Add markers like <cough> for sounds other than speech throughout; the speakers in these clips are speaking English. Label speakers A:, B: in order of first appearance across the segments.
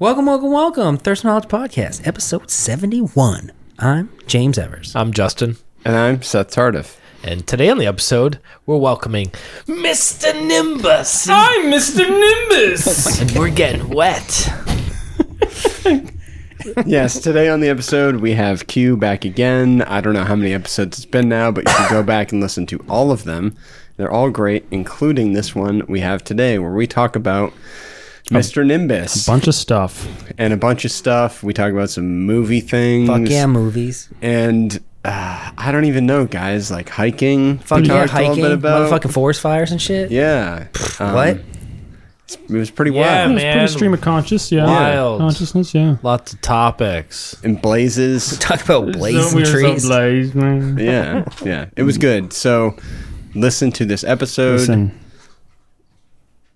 A: Welcome, welcome, welcome. Thirst Knowledge Podcast, episode 71. I'm James Evers.
B: I'm Justin,
C: And I'm Seth Tardiff.
B: and today on the episode, we're welcoming Mr. Nimbus.
D: Hi, Mr. Nimbus.
B: <laughs> And we're getting wet.
C: yes, today on the episode, we have Q back again. I don't know how many episodes it's been now, but you
A: <laughs>
C: can go back and listen to all of them. They're all great, including this one we have today, where we talk about Mr. Nimbus
E: bunch of stuff.
C: and a bunch of stuff. We talk about some movie things.
A: Fuck yeah, movies.
C: And. Uh, I don't even know, guys. Like hiking.
A: Fuck
C: we
A: yeah,
C: talked a little
A: hiking,
C: bit about.
A: motherfucking forest fires and shit.
C: Yeah. Um,
A: What?
C: It was pretty
B: Yeah,
C: wild.
E: It's
B: man.
E: pretty stream of conscious, yeah.
B: Wild.
E: Consciousness, yeah.
B: Lots of topics.
C: And blazes.
A: Talk about blazing trees.
E: Blaze, man.
C: yeah, yeah. It was good. So listen to this episode
E: Listen,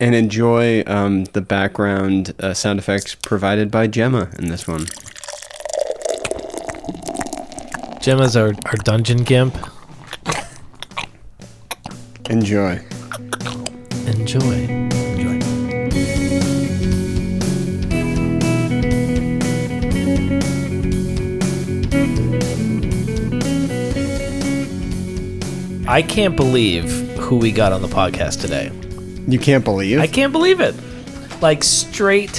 C: and enjoy um, the background uh, sound effects provided by Gemma in this one.
B: Gemma's our, our dungeon gimp.
C: Enjoy.
B: Enjoy. I can't believe who we got on the podcast today.
C: You can't believe.
B: I can't believe it. Like straight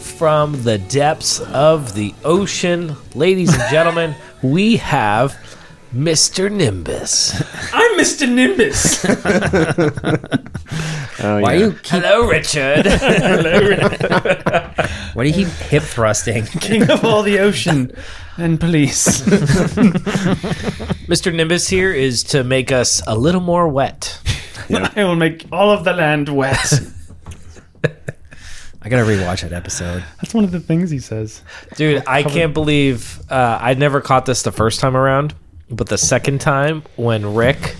B: from the depths of the ocean, ladies and gentlemen, we have Mr. Nimbus.
D: I'm Mr. Nimbus.
C: oh,
A: Why
C: yeah.
A: are you keep,
B: <laughs> Hello,
D: <laughs>
B: Richard.
A: why do you keep hip thrusting? <laughs>
E: king of all the ocean and police.
B: Mr. Nimbus here is to make us a little more wet.
E: <laughs> I will make all of the land wet.
A: I gotta rewatch that episode.
E: <laughs> That's one of the things he <laughs> says.
B: Dude, I can't believe uh, I never caught this the first time around, but the second time when Rick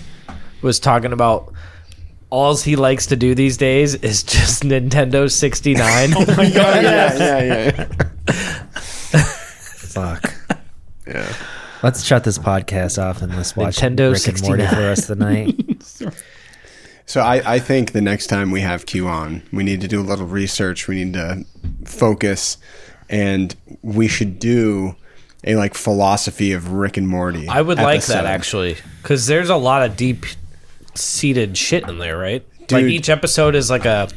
B: was talking about all he likes to do these days is just <laughs> Nintendo 69.
C: <laughs>
D: Oh
C: yeah, yeah, yeah,
A: Fuck.
C: yeah. <laughs> yeah.
A: Let's shut this podcast off and let's watch
B: Nintendo
A: Rick and Morty
B: 69.
A: for the rest of the night.
C: So I, I think the next time we have Q on, we need to do a little research. We need to focus, and we should do a like philosophy of Rick and Morty.
B: I would like that
C: episode.
B: actually, because there's a lot of deep seated shit in there, right? Like
C: Dude.
B: each episode is like a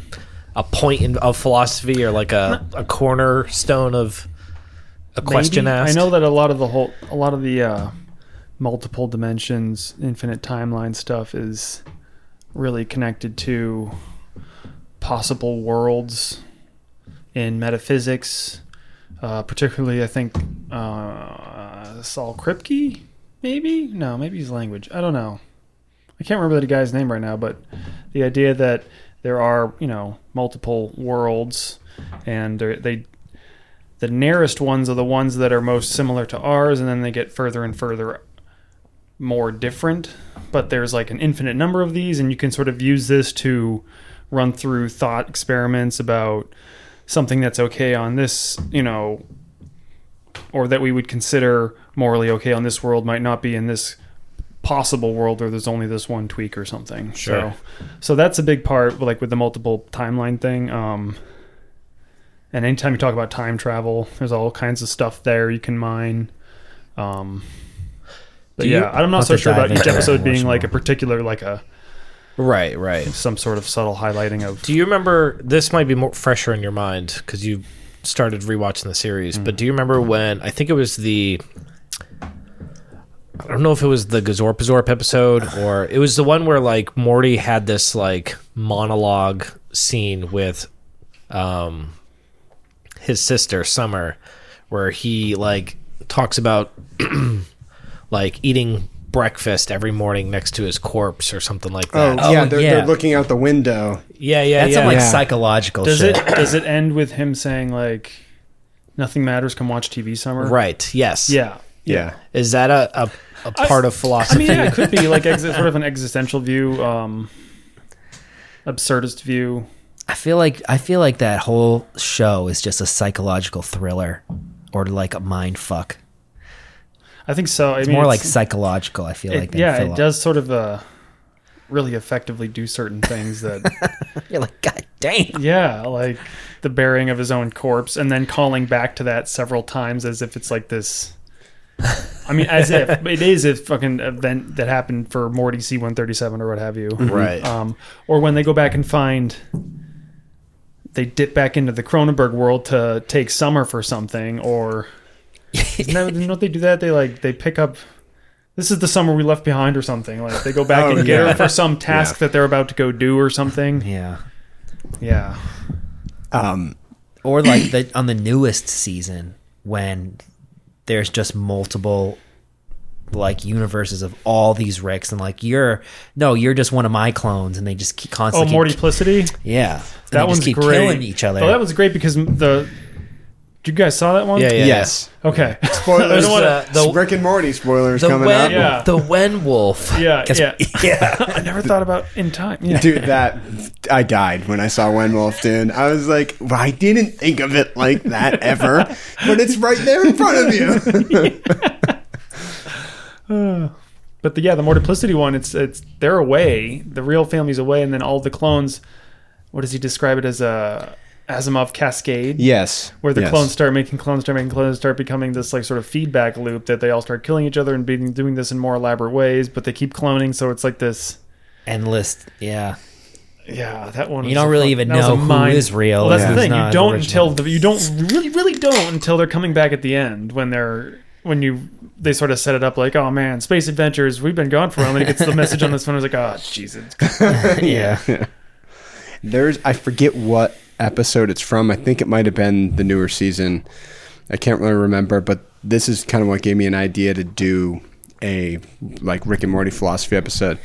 B: a point in, of philosophy or like a, a cornerstone of a question
E: Maybe-
B: asked.
E: I know that a lot of the whole, a lot of the uh, multiple dimensions, infinite timeline stuff is really connected to possible worlds in metaphysics. Uh, particularly, I think uh, Saul Kripke, maybe no, maybe his language. I don't know. I can't remember the guy's name right now, but the idea that there are you know multiple worlds, and they're- they the nearest ones are the ones that are most similar to ours, and then they get further and further more different. But there's like an infinite number of these, and you can sort of use this to run through thought experiments about something that's okay on this, you know, or that we would consider morally okay on this world might not be in this possible world or there's only this one tweak or something.
B: Sure.
E: So so that's a big part like with the multiple timeline thing. Um and anytime you talk about time travel, there's all kinds of stuff there you can mine. Um, but
B: Do you-
E: yeah, I'm
A: I'll
E: not so
A: have to
E: sure
A: dive
E: about each
A: into that
E: episode
A: much
E: being like
A: more.
E: a particular, like a
B: right, right.
E: some sort of subtle highlighting of.
B: Do you remember? This might be more fresher in your mind because you started rewatching the series. But do you remember when? I think it was the. I don't know if it was the Gazorpazorp episode or it was the one where like Morty had this like monologue scene with, um, his sister Summer, where he like talks about <clears throat> like eating breakfast every morning next to his corpse or something like
C: Oh,
B: that.
C: yeah,
A: Oh,
C: they're,
A: yeah.
C: they're looking out the window.
B: yeah, yeah,
A: That's
B: <laughs> yeah.
A: some like
C: Yeah.
A: psychological
E: does
A: shit.
E: it does it end with him saying like, "Nothing matters. Come watch TV
B: <laughs>
E: summer."
B: right. Yes.
E: Yeah.
C: Yeah.
B: Is that a, a, a
E: I-
B: part of
E: I
B: philosophy?
E: mean, yeah, it could be like ex- sort of an existential view, um, absurdist view.
A: I feel like I feel like that whole show is just a psychological thriller or like a mind fuck.
E: I think so. I
A: It's
E: mean,
A: more like
E: it's-
A: psychological. I feel
E: it-
A: like than
E: yeah,
A: philo-
E: it does sort of uh, really effectively do certain things that
A: You're like, God damn.
E: yeah, like the burying of his own corpse and then calling back to that several times as if it's like this. I mean, as if it is a fucking event that happened for Morty C one thirty seven or what have you,
B: <laughs>
C: Mm-hmm.
B: Right.
E: Um, or when they go back and find they dip back into the Cronenberg world to take summer for something, or isn't that, don't they do that? They like they pick up. This is the summer we left behind, or something. Like they go back
C: Oh,
E: and get
C: yeah.
E: her for some task that they're about to go do, or something.
A: Yeah.
E: Yeah.
C: Um,
A: Or like the on the newest season when there's just multiple like universes of all these Ricks and like you're no, you're just one of my clones and they just keep
E: Oh,
A: constantly keep-
E: Mortiplicity.
A: Yeah. And they
E: That
A: just
E: one's
A: keep
E: great.
A: killing each other.
E: Oh, that was great because the. You guys saw that one?
B: Yeah, yeah.
C: yes.
A: <laughs>
E: Okay. <laughs> I
C: Spoilers.
E: don't wanna-
B: Uh, the-
C: Rick and Morty spoilers
B: The
C: coming
B: wen-
C: up.
E: Yeah.
B: the wen wolf.
A: <laughs>
E: yeah, yeah.
A: yeah.
E: I never thought about in time. Yeah.
C: Dude, that I died when I saw Wenwolf, dude. I was like, well, I didn't think of it like that ever, but it's right there in front of you.
E: But the, yeah, the multiplicity one, it's it's they're away. The real family's away, and then all the clones. What does he describe it as a Asimov cascade?
C: <laughs> Yes,
E: Where the
C: yes.
E: clones start making clones, start making clones, start becoming this like sort of feedback loop that they all start killing each other and being, doing this in more elaborate ways, but they keep cloning, so it's like this.
A: Endless. Yeah.
E: Yeah, that one.
A: You
E: was
A: don't
E: a
A: really
E: fuck-
A: even
E: that was
A: know
E: a
A: who
E: mind-
A: is real
E: Well, that's
A: and who's
E: the thing. You
A: not
E: don't
A: original.
E: until the, you don't really, really don't until they're coming back at the end when they're when you they sort of set it up like, oh man, space adventures. We've been gone for a while. And then he gets the message on this one. I was like, oh Jesus.
A: yeah.
C: There's I forget what episode it's from. I think it might have been the newer season. I can't really remember, but this is kind of what gave me an idea to do a like Rick and Morty philosophy episode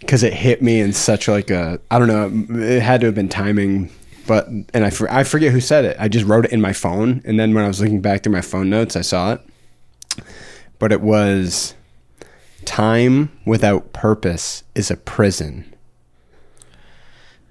C: because it hit me in such like a I don't know. It had to have been timing, but and I for, I forget who said it. I just wrote it in my phone, and then when I was looking back through my phone notes, I saw it. But it was time without purpose is a prison.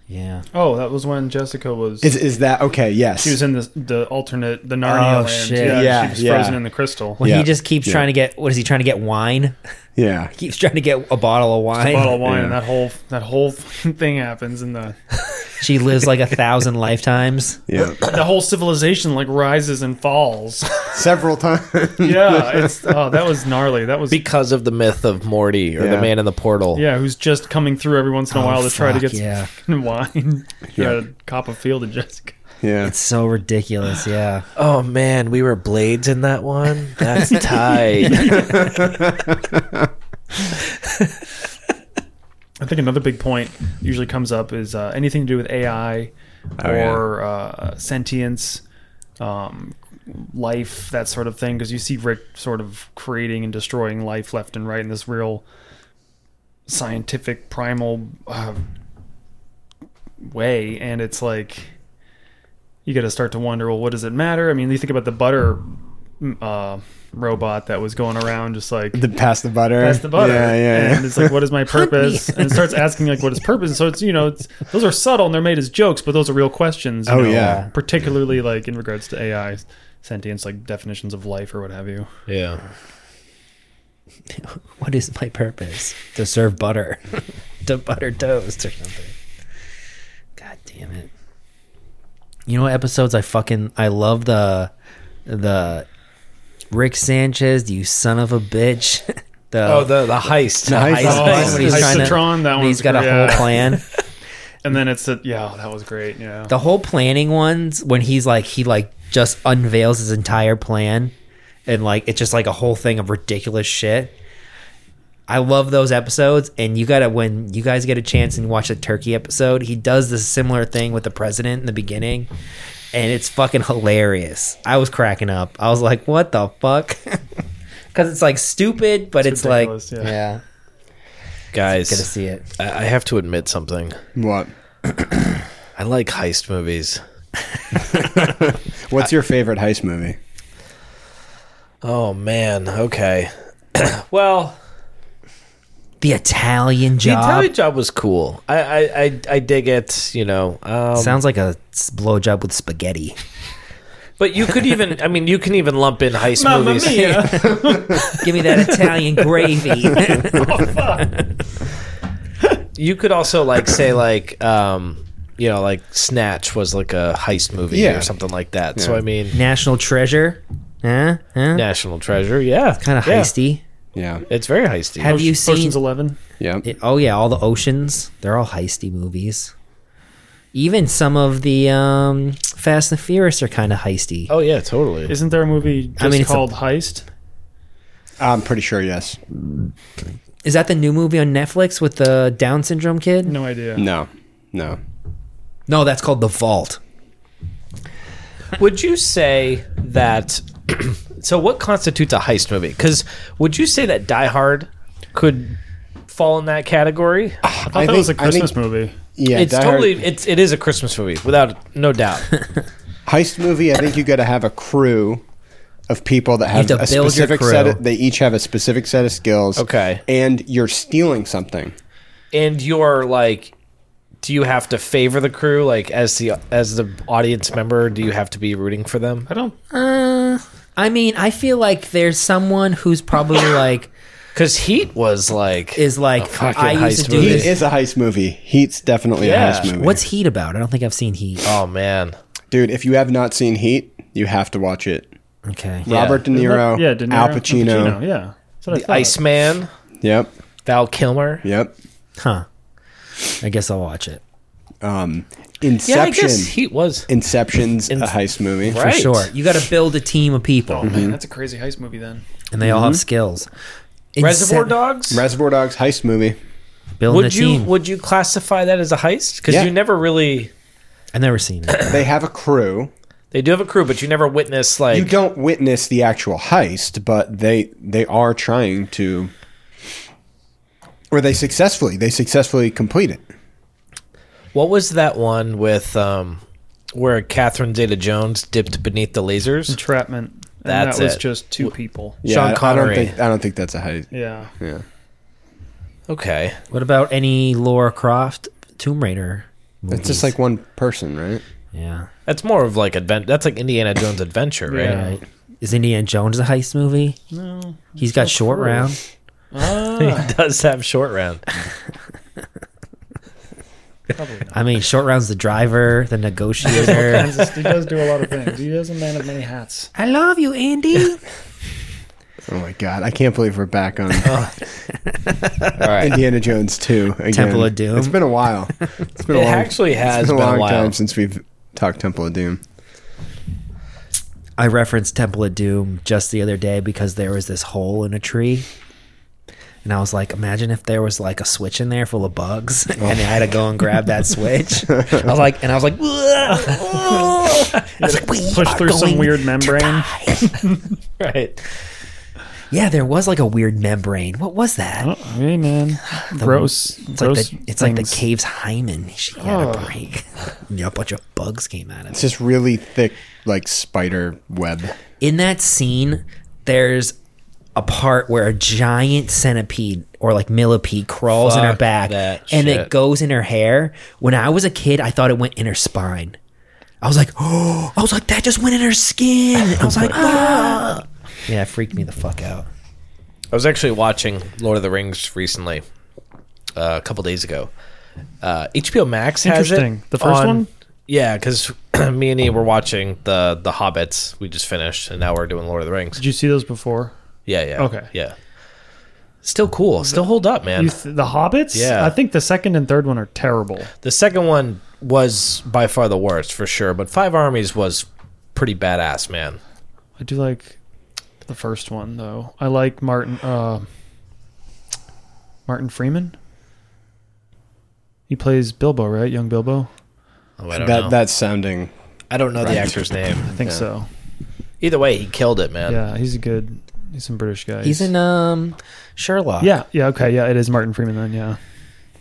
A: Yeah.
E: Oh, that was when Jessica was.
C: Is is that okay? Yes,
E: she was in the the alternate the
A: Oh,
E: Narnia land.
A: shit.
E: Yeah,
C: Yeah,
E: she was
C: yeah.
E: frozen in the crystal.
A: Well,
C: Yeah.
A: he just keeps
C: Yeah.
A: trying to get. What is he trying to get? Wine.
C: yeah.
A: keeps trying to get a bottle of wine.
E: Bottle of wine,
C: Yeah.
E: and that whole that whole <laughs> thing happens, and the
A: She lives like a
E: <laughs>
A: thousand lifetimes.
C: Yeah,
E: the whole civilization like rises and falls.
C: <laughs> several times.
E: yeah, it's, oh, that was gnarly. That was
B: because of the myth of Morty or
C: Yeah.
B: the man in the portal.
E: Yeah, who's just coming through every once in a
A: Oh,
E: while to try to
A: fuck,
E: get
A: yeah.
E: some fucking <laughs> wine.
C: Yeah.
E: Try to cop a field to Jessica.
C: Yeah,
A: It's so ridiculous. Yeah.
B: Oh man, we were blades in that one. That's tight.
E: I think another big point usually comes up is uh, anything to do with AI
C: Oh, yeah.
E: or uh, sentience, um, life, that sort of thing. Because you see Rick sort of creating and destroying life left and right in this real scientific primal uh, way, and it's like you got to start to wonder, well, what does it matter? I mean, you think about the butter mm, uh, robot that was going around, just like
C: the pass the butter.
E: that's the butter.
C: Yeah, yeah.
E: And it's like, what
B: <laughs>
E: is my purpose? and it starts asking like, what is purpose? And so it's you know, it's those are subtle and they're made as jokes, but those are real questions. you
C: Oh,
E: know,
C: yeah.
E: particularly like in regards to AI sentience, like definitions of life or what have you.
B: yeah.
A: <laughs> What is my purpose? To serve butter, <laughs> to butter toast or something. God damn it. You know what episodes I fucking I love the the Rick Sanchez, you son of a bitch. <laughs> the
B: Oh, the the heist.
C: The heist.
A: heist
C: Oh,
A: one when he's
E: Heist
A: trying to-
E: Citron, that
A: when
E: one's
A: he's got a
E: great.
A: whole
E: Yeah.
A: plan.
E: <laughs> And then it's a, yeah, that was great. Yeah,
A: The whole planning ones when he's like he like just unveils his entire plan and like it's just like a whole thing of ridiculous shit. I love those episodes and you gotta when you guys get a chance and watch the turkey episode, he does this similar thing with the president in the beginning and it's fucking hilarious. I was cracking up. I was like, what the fuck? <laughs> Cause it's like stupid, but it's, like
E: ridiculous,
A: yeah.
E: yeah.
A: Gonna
B: Guys,
A: see it.
B: I I have to admit something.
C: What?
B: I like heist movies.
C: What's your favorite heist movie?
B: Oh man. Okay. <clears throat> well,
A: The Italian
B: the
A: job.
B: Italian job was cool. I I, I, I dig it. You know. Um,
A: Sounds like a s- blowjob with spaghetti.
B: but you could even. I mean, you can even lump in heist
E: Mamma
B: movies. <laughs>
E: mia!
A: Give me that Italian gravy.
B: You could also like
C: <clears throat>
B: say like um you know like Snatch was like a heist movie
C: Yeah.
B: or something like that. So
C: Yeah.
B: I mean
A: National Treasure. Huh? Huh?
B: National Treasure, yeah,
A: Kind of
B: yeah.
A: heisty.
C: Yeah.
B: It's very heisty.
A: Have you
E: Ocean-
A: seen?
E: Ocean's Eleven?
C: Yeah.
A: It- oh yeah, all the oceans. They're all heisty movies. Even some of the um, Fast and Furious are kind of heisty.
B: oh yeah, totally.
E: Isn't there a movie just
A: I mean, it's a-
E: called Heist?
C: I'm pretty sure, yes.
A: Is that the new movie on Netflix with the Down syndrome kid?
E: No idea.
C: No. No.
A: No, that's called The Vault.
B: Would you say that? <clears throat> so, what constitutes a heist movie? Because would you say that Die Hard could fall in that category?
E: I thought that was a Christmas movie.
C: Yeah,
B: it's
C: Die Hard-
B: totally it's it is a Christmas movie without no doubt.
C: heist movie. I think you got to have a crew of people that
A: have
C: have,
A: to
C: a
A: build your
C: specific
A: crew.
C: set. Of, they each have a specific set of skills.
B: Okay.
C: and you're stealing something.
B: and you're like, do you have to favor the crew like as the as the audience member? Do you have to be rooting for them?
E: I don't.
B: Uh-huh.
A: Uh, I mean, I feel like there's someone who's probably like
B: Because Heat was like
A: is like
B: fucking
A: I used
B: heist
A: to do
B: movie.
C: Heat
A: this.
C: is a heist movie. Heat's definitely
B: Yeah.
C: a heist movie.
A: What's Heat about? I don't think I've seen Heat.
B: oh man,
C: dude? If you have not seen Heat, you have to watch it.
A: Okay.
C: Robert De Niro,
E: yeah, De Niro,
C: Al Pacino.
E: Pacino, Yeah, That's what
C: Oh.
E: I
B: the
E: thought.
B: Iceman,
C: Yep,
B: Val Kilmer.
C: yep.
A: Huh. I guess I'll watch it.
C: Um,
B: Yeah, I
C: Inception.
B: guess Heat was
C: Inception's
B: In-
C: a heist movie.
A: For
B: right.
A: sure. You got to build a team of people,
E: Oh man, that's a crazy heist movie. Then
A: and they all have skills.
B: Reservoir
A: Incep-
B: Dogs.
C: Reservoir Dogs heist movie.
A: Building
B: Would
A: a
B: you
A: team.
B: would you classify that as a heist? Because
C: Yeah.
B: you never really
A: I've never seen it.
C: They have a crew.
B: they do have a crew, but you never witness like
C: You don't witness the actual heist, but they they are trying to or they successfully they successfully complete it.
B: what was that one with um where Catherine Zeta Jones dipped beneath the lasers?
E: Entrapment. And
B: That's
E: that was
B: it.
E: just two people.
C: Yeah,
B: Sean
C: I-
B: Connery.
C: I don't think I don't think that's a heist.
E: Yeah.
C: Yeah.
B: Okay.
A: What about any Laura Croft Tomb Raider? Movies?
C: It's just like one person, right?
A: yeah.
B: That's more of like advent that's like Indiana Jones adventure, right?
E: Yeah.
A: Right. Is Indiana Jones a heist movie?
E: No.
A: He's got short round.
E: Ah,
B: <laughs> He does have short round.
E: probably not.
A: I mean, short round's the driver, the negotiator.
E: Kansas, he does do a lot of things. He is a man of many hats.
A: I love you, Andy.
C: Oh my god, I can't believe we're
B: <laughs>
C: back on
B: All right.
C: Indiana Jones 2 again.
A: Temple of Doom.
C: It's been a while. It's been
B: It
C: a long,
B: actually has
C: it's been a long
B: while.
C: time since we've talked Temple of Doom.
A: I referenced Temple of Doom just the other day because there was this hole in a tree. And I was like, imagine if there was like a switch in there full of bugs <laughs> and I had to go and grab that switch. I was like, and I was like, <laughs> I was like, we
E: Push
A: are
E: through some
A: going
E: weird
A: to
E: membrane.
A: die. <laughs>
B: Right.
A: yeah, there was like a weird membrane. What was that?
E: Oh, hey man, gross.
A: It's like
E: gross
A: the, it's like the
E: things.
A: cave's hymen. She had a
E: Oh.
A: break. <laughs> yeah, a bunch of bugs came out of it.
C: It's just really thick like spider web.
A: in that scene, there's a part where a giant centipede or like millipede crawls in her
B: Fuck
A: back
B: that
A: and
B: shit.
A: it goes in her hair. When I was a kid, I thought it went in her spine. I was like, <gasps> oh, I was like, that just went in her skin. I was
B: <laughs>
A: like, ah. Yeah, it freaked me the fuck out.
B: I was actually watching Lord of the Rings recently, uh, a couple days ago. Uh, HBO Max has it.
E: Interesting. The first
B: on-
E: one?
B: Yeah, because <clears throat> me and E were watching the the Hobbits. We just finished, and now we're doing Lord of the Rings.
E: Did you see those before?
B: Yeah, yeah.
E: Okay.
B: Yeah. Still cool. Still hold up, man.
E: You th- the Hobbits?
B: Yeah.
E: I think the second and third one are terrible.
B: the second one was by far the worst for sure, but Five Armies was pretty badass, man.
E: I do like the first one though. I like Martin uh, Martin Freeman. He plays Bilbo, right? Young Bilbo.
B: Oh, I don't
C: That
B: know.
C: that's sounding
B: I don't know the actor's name.
E: I think so.
B: Either way, he killed it, man.
E: Yeah, he's a good. He's some British guy.
A: He's in um, Sherlock.
E: Yeah, yeah, okay, yeah. It is Martin Freeman then. Yeah,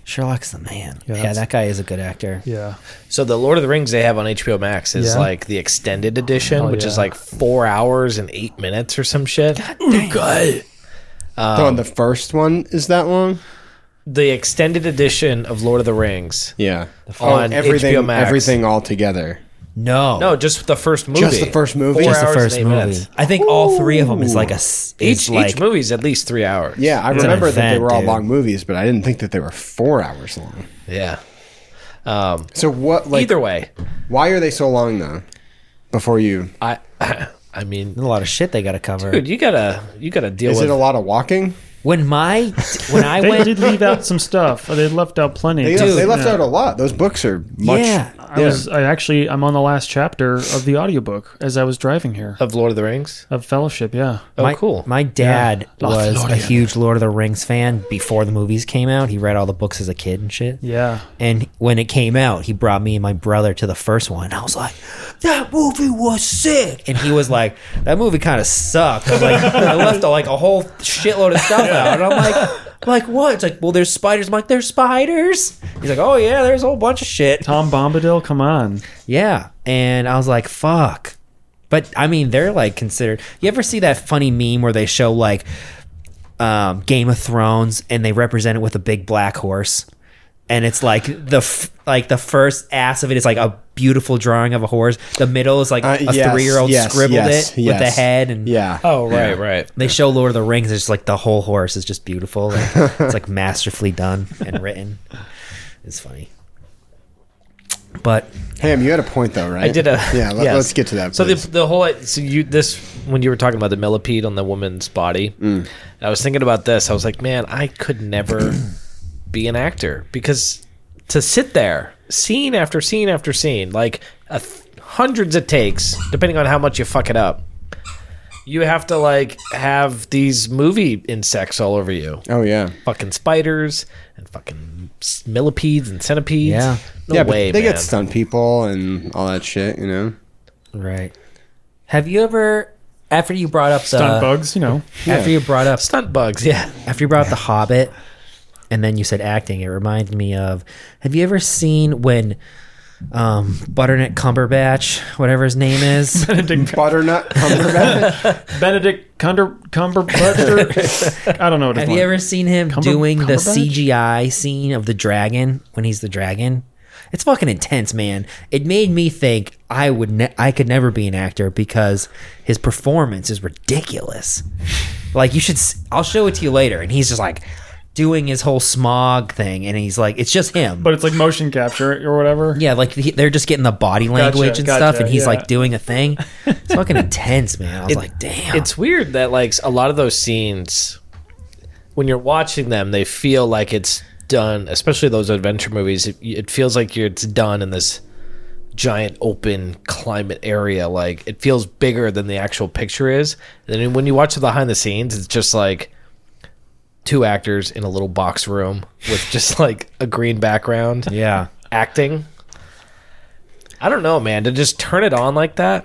A: Sherlock's the man.
E: Yeah,
A: Yeah,
E: that's-
A: that guy is a good actor.
E: yeah.
B: So the Lord of the Rings they have on HBO Max is
E: Yeah.
B: like the extended edition,
E: Oh,
B: which is
E: yeah.
B: like four hours and eight minutes or some shit. God.
C: Oh, and the first one is that long?
B: The extended edition of Lord of the Rings.
C: Yeah.
B: on HBO Max.
C: everything Oh, all together.
A: No,
B: No, just the first movie.
C: Just the first movie?
B: Four
A: just the
B: hours and
A: first
B: eight
A: movie.
B: minutes.
A: I think all three of them is like a s- is
B: Each
A: like
B: each movie's at least three hours.
C: Yeah, I
A: It's an
C: remember that they
A: event,
C: were all
A: dude.
C: long movies, but I didn't think that they were four hours long.
B: yeah. Um,
C: So what? Like,
B: either way,
C: why are they so long though? Before you,
B: I <laughs> I mean,
A: a lot of shit they got to cover.
B: dude, you gotta you gotta deal
C: is
B: with
C: it a lot of walking?
A: When my when I
E: <laughs> They
A: went,
E: did leave out some stuff. They left out plenty.
C: They,
E: Dude,
C: they left
E: no.
C: out a lot. Those books are much.
A: yeah,
E: I was I actually I'm on the last chapter of the audiobook as I was driving
A: Oh.
E: here
B: of Lord of the Rings.
E: of Fellowship. Yeah,
B: Oh,
A: my,
B: cool.
A: My dad
E: Yeah.
A: was a
E: Lothlorien.
A: huge Lord of the Rings fan before the movies came out. He read all the books as a kid and shit.
E: yeah.
A: And when it came out, he brought me and my brother to the first one. I was like, "That movie was sick," and he was like, "That movie kind of sucked." I'm like, I left like a whole shitload of stuff out, and I'm like, I'm "Like what?" It's like, "Well, there's spiders." I'm like, "There's spiders." He's like, "Oh yeah, there's a whole bunch of shit."
E: Tom Bombadil, come on.
A: Yeah. And I was like, fuck. But I mean, they're like considered. You ever see that funny meme where they show like um, Game of Thrones and they represent it with a big black horse? And it's like the f- like the first ass of it is like a beautiful drawing of a horse. The middle is like
C: Uh,
A: a
C: yes,
A: three year old
C: yes,
A: scribbled
C: yes,
A: it with the
C: yes.
A: head and
C: yeah.
B: oh right, right.
A: They show Lord of the Rings. It's just like the whole horse is just beautiful. Like, it's like masterfully done and written. It's funny, but
C: Ham, you had a point though, right?
B: I did a
C: <laughs> Yeah, let,
B: yes.
C: us get to that.
B: So the,
C: please.
B: the whole so you this when you were talking about the millipede on the woman's body,
C: Mm.
B: I was thinking about this. I was like, man, I could never
C: <clears throat>
B: be an actor because to sit there scene after scene after scene, like a th- hundreds of takes, depending on how much you fuck it up. You have to like have these movie insects all over you,
C: oh yeah,
B: fucking spiders and fucking s- millipedes and centipedes.
A: Yeah.
B: no
C: yeah.
B: way,
C: but they
B: man.
C: get stunt people and all that shit. You know.
A: Right. Have you ever after you brought up the
E: Stunt bugs, you know.
A: after you brought up
B: stunt bugs. Yeah,
A: after you brought up the Hobbit and then you said acting, it reminded me of have you ever seen when um Butternut Cumberbatch, whatever his name is,
E: <laughs> Benedict,
C: Butternut Cumberbatch.
E: Benedict Cunder,
A: <laughs>
E: Cumberbatch. I don't know what his
A: have
E: name
A: you ever seen him doing the
E: Cumberbatch?
A: CGI scene of the dragon when he's the dragon? It's fucking intense, man. It made me think I would ne- I could never be an actor because his performance is ridiculous. Like you should, s- I'll show it to you later. And he's just like doing his whole smog thing, and he's like, it's just him.
E: But it's like motion capture or whatever.
A: yeah, like he, they're just getting the body language and stuff,
E: gotcha,
A: and he's
E: yeah.
A: like doing a thing. It's
E: <laughs>
A: fucking intense, man. I was like, damn.
B: <clears throat> it's weird that like a lot of those scenes when you're watching them they feel like it's done especially those adventure movies it, it feels like you're, it's done in this giant open climate area like it feels bigger than the actual picture is and then when you watch the behind the scenes it's just like two actors in a little box room with <laughs> just like a green background
A: yeah.
B: acting i don't know man to just turn it on like that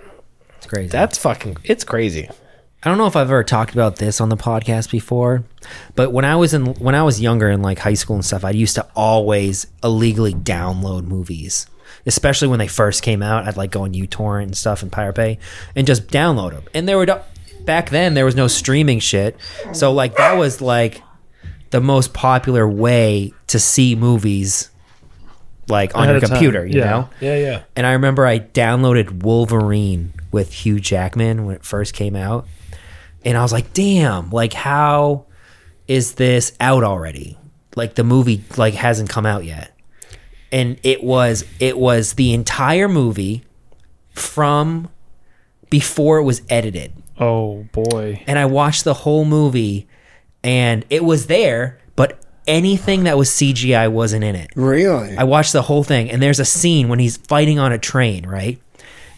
A: It's crazy.
B: that's fucking it's crazy
A: I don't know if I've ever talked about this on the podcast before, but when I was in when I was younger in like high school and stuff, I used to always illegally download movies, especially when they first came out. I'd like go on uTorrent and stuff and PiratePay and just download them. And there were do- back then there was no streaming shit, so like that was like the most popular way to see movies, like on
E: Ahead
A: your
E: of time,
A: computer, you
E: yeah.
A: know.
B: yeah yeah
A: And I remember I downloaded Wolverine with Hugh Jackman when it first came out. And I was like, damn, like how is this out already? Like the movie like hasn't come out yet. And it was it was the entire movie from before it was edited
E: Oh boy.
A: and I watched the whole movie, and it was there, but anything that was CGI wasn't in it.
C: <laughs> Really?
A: I watched the whole thing, and there's a scene when he's fighting on a train, right?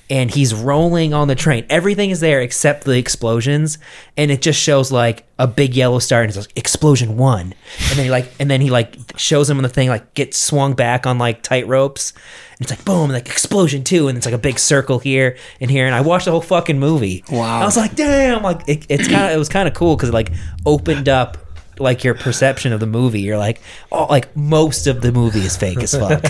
A: And he's rolling on the train. Everything is there except the explosions, and it just shows like a big yellow star, and it's like explosion one, and then he like, and then he like shows him on the thing like gets swung back on like tight ropes, and it's like boom, and like explosion two, and it's like a big circle here and here, and I watched the whole fucking movie.
C: Wow.
A: I was like, damn, like it, it's kind of it was kind of cool because it like opened up like your perception of the movie. You're like, oh, like most of the movie is fake as fuck.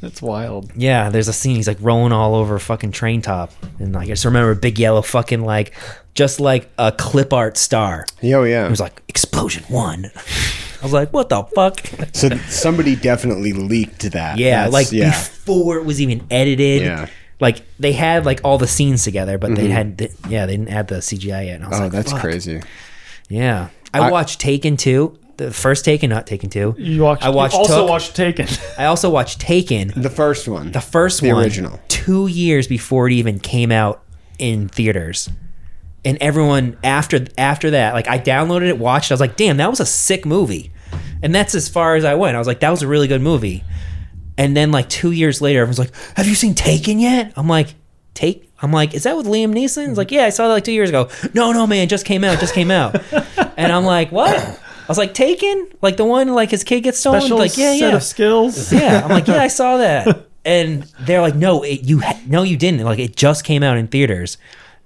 E: That's wild.
A: yeah, there's a scene he's like rolling all over a fucking train top, and like, I just remember a big yellow fucking like just like a clip art star. It
C: Yo, yeah.
A: was like explosion one. I was like, what the fuck?
C: so somebody definitely leaked that.
A: Yeah,
C: That's-
A: like
C: yeah.
A: before it was even edited.
C: Yeah. Mm-hmm.
A: like they had like all the scenes together, but they had the, yeah they didn't add the CGI yet. And I was
C: Oh,
A: like,
C: that's
A: "Fuck."
C: crazy.
A: Yeah, I,
C: I-
A: watched Taken two, the first Taken, not Taken two.
E: You watched.
A: I watched
E: You also
A: Took. <laughs>
E: watched Taken.
A: I also watched Taken,
C: The first one.
A: the first
C: The
A: one,
C: original.
A: two years before it even came out in theaters. And everyone after after that, like I downloaded it, watched. it. I was like, "Damn, that was a sick movie," and that's as far as I went. I was like, "That was a really good movie." And then like two years later, everyone's like, "Have you seen Taken yet?" I'm like, "Take." I'm like, "Is that with Liam Neeson?" He's like, "Yeah, I saw that like two years ago." No, no, man, it just came out, it just came
E: <laughs>
A: out. and I'm like, "What?" I was like, "Taken?" Like the one like his kid gets stolen?
E: Special
A: like, yeah,
E: set
A: yeah.
E: of skills.
A: <laughs> Yeah, I'm like, yeah, I saw
C: <laughs>
A: that. And they're like, no, it, you ha- no, you didn't. Like, it just came out in theaters.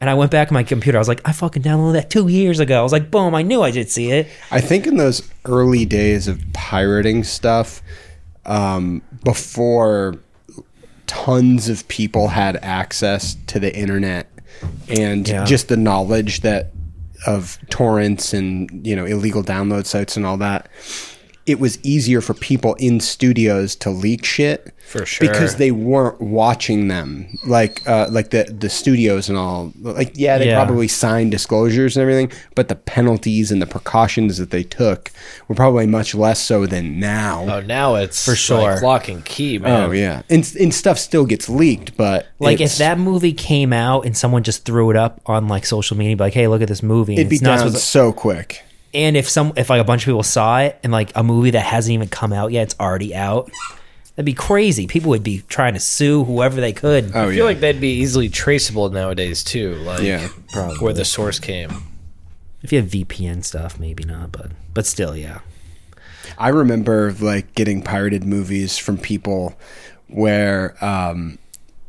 A: And I went back to my computer. I was like, I fucking downloaded that two years ago. I was like, boom, I knew I did see it.
C: I think in those early days of pirating stuff, um, before tons of people had access to the internet and
A: Yeah.
C: just the knowledge that of torrents and you know illegal download sites and all that, it was easier for people in studios to leak shit
B: For sure.
C: because they weren't watching them like uh, like the the studios and all like yeah they
A: Yeah.
C: probably signed disclosures and everything but the penalties and the precautions that they took were probably much less so than now
B: Oh, now it's for
A: sure.
B: like lock and key, man.
C: oh yeah and, and stuff still gets leaked but
A: Like,
C: it's-
A: if that movie came out and someone just threw it up on like social media, be like, hey, look at this movie. and
C: it'd be
A: it's not
C: down
A: supposed to-
C: so quick
A: and if some, if like a bunch of people saw it and like a movie that hasn't even come out yet, it's already out. That'd be crazy. People would be trying to sue whoever they could.
B: I
C: oh yeah
B: feel like that'd be easily traceable nowadays too, like
C: Yeah,
B: where the source came.
A: if you had VPN stuff, maybe not, but but still, yeah.
C: I remember like getting pirated movies from people where um,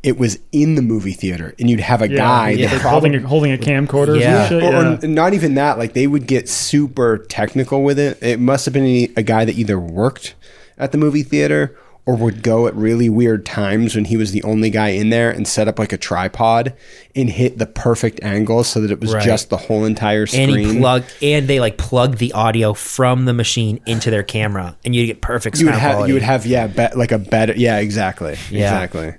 C: it was in the movie theater, and you'd have a
E: Yeah,
C: guy
E: yeah,
C: that
E: like
C: probably
E: holding a, holding a camcorder.
A: Yeah.
E: Yeah. Shit,
C: or,
E: yeah.
C: or not even that. Like they would get super technical with it. It must have been a guy that either worked at the movie theater or would go at really weird times when he was the only guy in there and set up like a tripod and hit the perfect angle so that it was
A: Right.
C: just the whole entire
A: and
C: screen.
A: he plugged and they like plugged the audio from the machine into their camera and you get perfect
C: you
A: sound
C: would have
A: quality.
C: you would have yeah be- like a better yeah exactly
A: Yeah.
C: exactly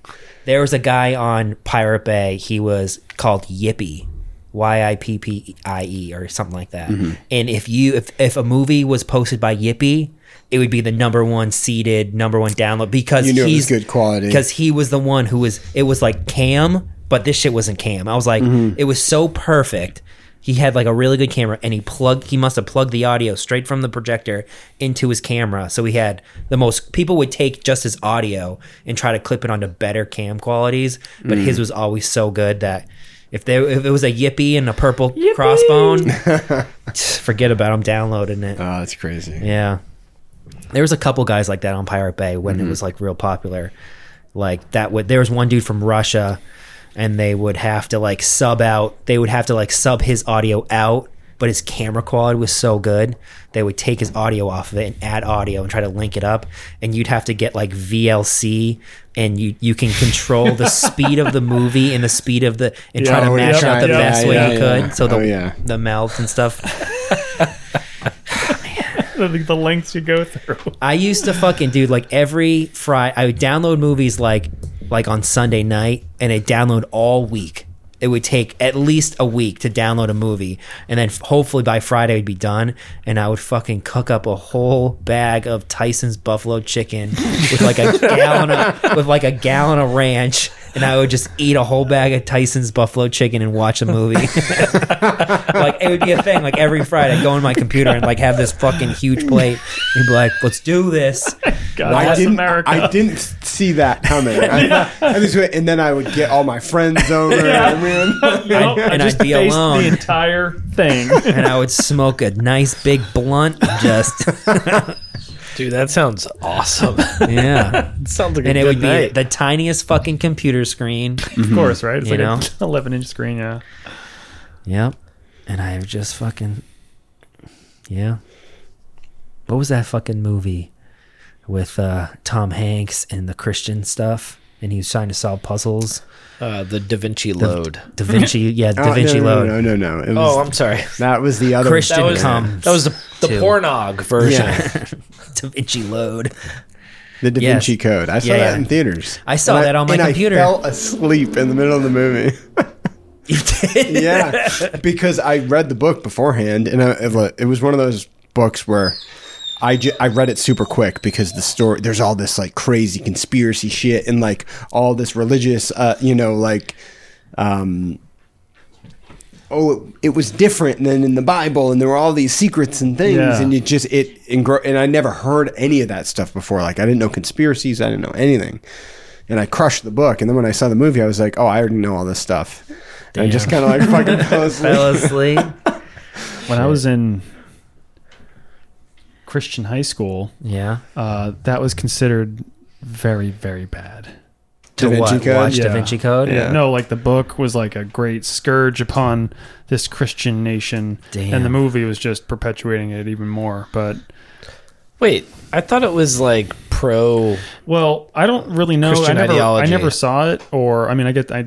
A: there was a guy on Pirate Bay. He was called Yippee, Y I P P I E or something like that.
C: Mm-hmm.
A: And if you if if a movie was posted by Yippee, it would be the number one seeded, number one download because
C: You knew it was
A: he's
C: good quality.
A: Because he was the one who was. It was like Cam, but this shit wasn't Cam. I was like, it was so perfect. He had like a really good camera, and he plugged. He must have plugged the audio straight from the projector into his camera. So he had the most. People would take just his audio and try to clip it onto better cam qualities, but his was always so good that if there if it was a yippee and a purple crossbone, forget about. it, I'm downloading it.
C: oh that's crazy
A: Yeah. There was a couple guys like that on Pirate Bay when
E: Mm-hmm.
A: it was like real popular. Like that would there was one dude from Russia and they would have to like sub out they would have to like sub his audio out, but his camera quality was so good they would take his audio off of it and add audio and try to link it up and you'd have to get like VLC and you you can control
E: <laughs>
A: the speed of the movie and the speed of the and try
E: Yeah,
A: to
E: oh,
A: match
E: yeah,
A: out the
E: yeah,
A: best way
E: yeah,
A: you
C: yeah.
A: could. So the
C: Oh, yeah.
A: the mouths and stuff.
E: the, <laughs> the lengths you go through.
A: I used to fucking dude like every Friday. I would download movies like like on Sunday night, and I download all week. It would take at least a week to download a movie, and then f- hopefully by Friday it'd be done. And I would fucking cook up a whole bag of Tyson's buffalo chicken with like a gallon of, with like a gallon of ranch, and I would just eat a whole bag of Tyson's buffalo chicken and watch a movie. <laughs> like it would be a thing like every friday I'd go on my computer and like have this fucking huge plate and be like let's do this
E: God
C: I
E: bless
C: didn't.
E: America.
C: I didn't see that coming.
A: <laughs>
C: I, I just went, and then I would get all my friends over. and we would-
E: Nope, I
A: and
E: just
A: I'd be
E: faced
A: alone.
E: the entire thing.
A: <laughs> and i would smoke a nice big blunt and just
B: Dude, that sounds awesome. <laughs>
A: yeah
B: sounds like
A: and it would be
B: night.
A: the tiniest fucking computer screen
E: of course, right? It's
A: Mm-hmm. You
E: like
A: know?
E: an 11 inch screen, yeah.
A: yep and i just fucking yeah what was that fucking movie with uh tom hanks and the christian stuff and he was trying to solve puzzles
B: uh, the Da Vinci Load.
A: da vinci yeah da vinci
C: no, no,
A: load <laughs>
C: No, no, no. no. It was,
B: oh, I'm sorry.
C: that was the other
A: Christian
B: That was
A: Come
B: that was the, the
A: to- <laughs>
B: pornog version.
C: Yeah.
A: da vinci load
C: The Da
A: Yes.
C: Vinci Code. I saw
A: Yeah,
C: that
A: yeah.
C: in theaters.
A: I saw
C: And
A: that on my
C: and
A: computer.
C: I fell asleep in the middle of the movie.
A: You did?
C: <laughs> yeah, because I read the book beforehand, and I, it wa- it was one of those books where I, ju- I read it super quick because the story there's all this like crazy conspiracy shit and like all this religious, uh, you know, like. Um, Oh, it was different than in the Bible, and there were all these secrets and things,
E: Yeah.
C: and it just it engro- and I never heard any of that stuff before. Like I didn't know conspiracies, I didn't know anything, and I crushed the book. And then when I saw the movie, I was like, oh, I already know all this stuff. And I just kind of like fucking fell asleep.
A: <laughs> Fell asleep.
E: When I was in Christian high school,
A: Yeah.
E: uh, that was considered very, very bad.
A: To
C: Da Vinci
A: what?
C: Code?
A: Watch Da
E: Yeah.
A: Vinci Code?
C: Yeah.
E: No, like the book was like a great scourge upon this Christian nation,
A: Damn.
E: and the movie was just perpetuating it even more. But
B: Wait, I thought it was like pro.
E: well, I don't really know.
B: Christian
E: I never,
B: ideology.
E: I never saw it, or I mean, I get I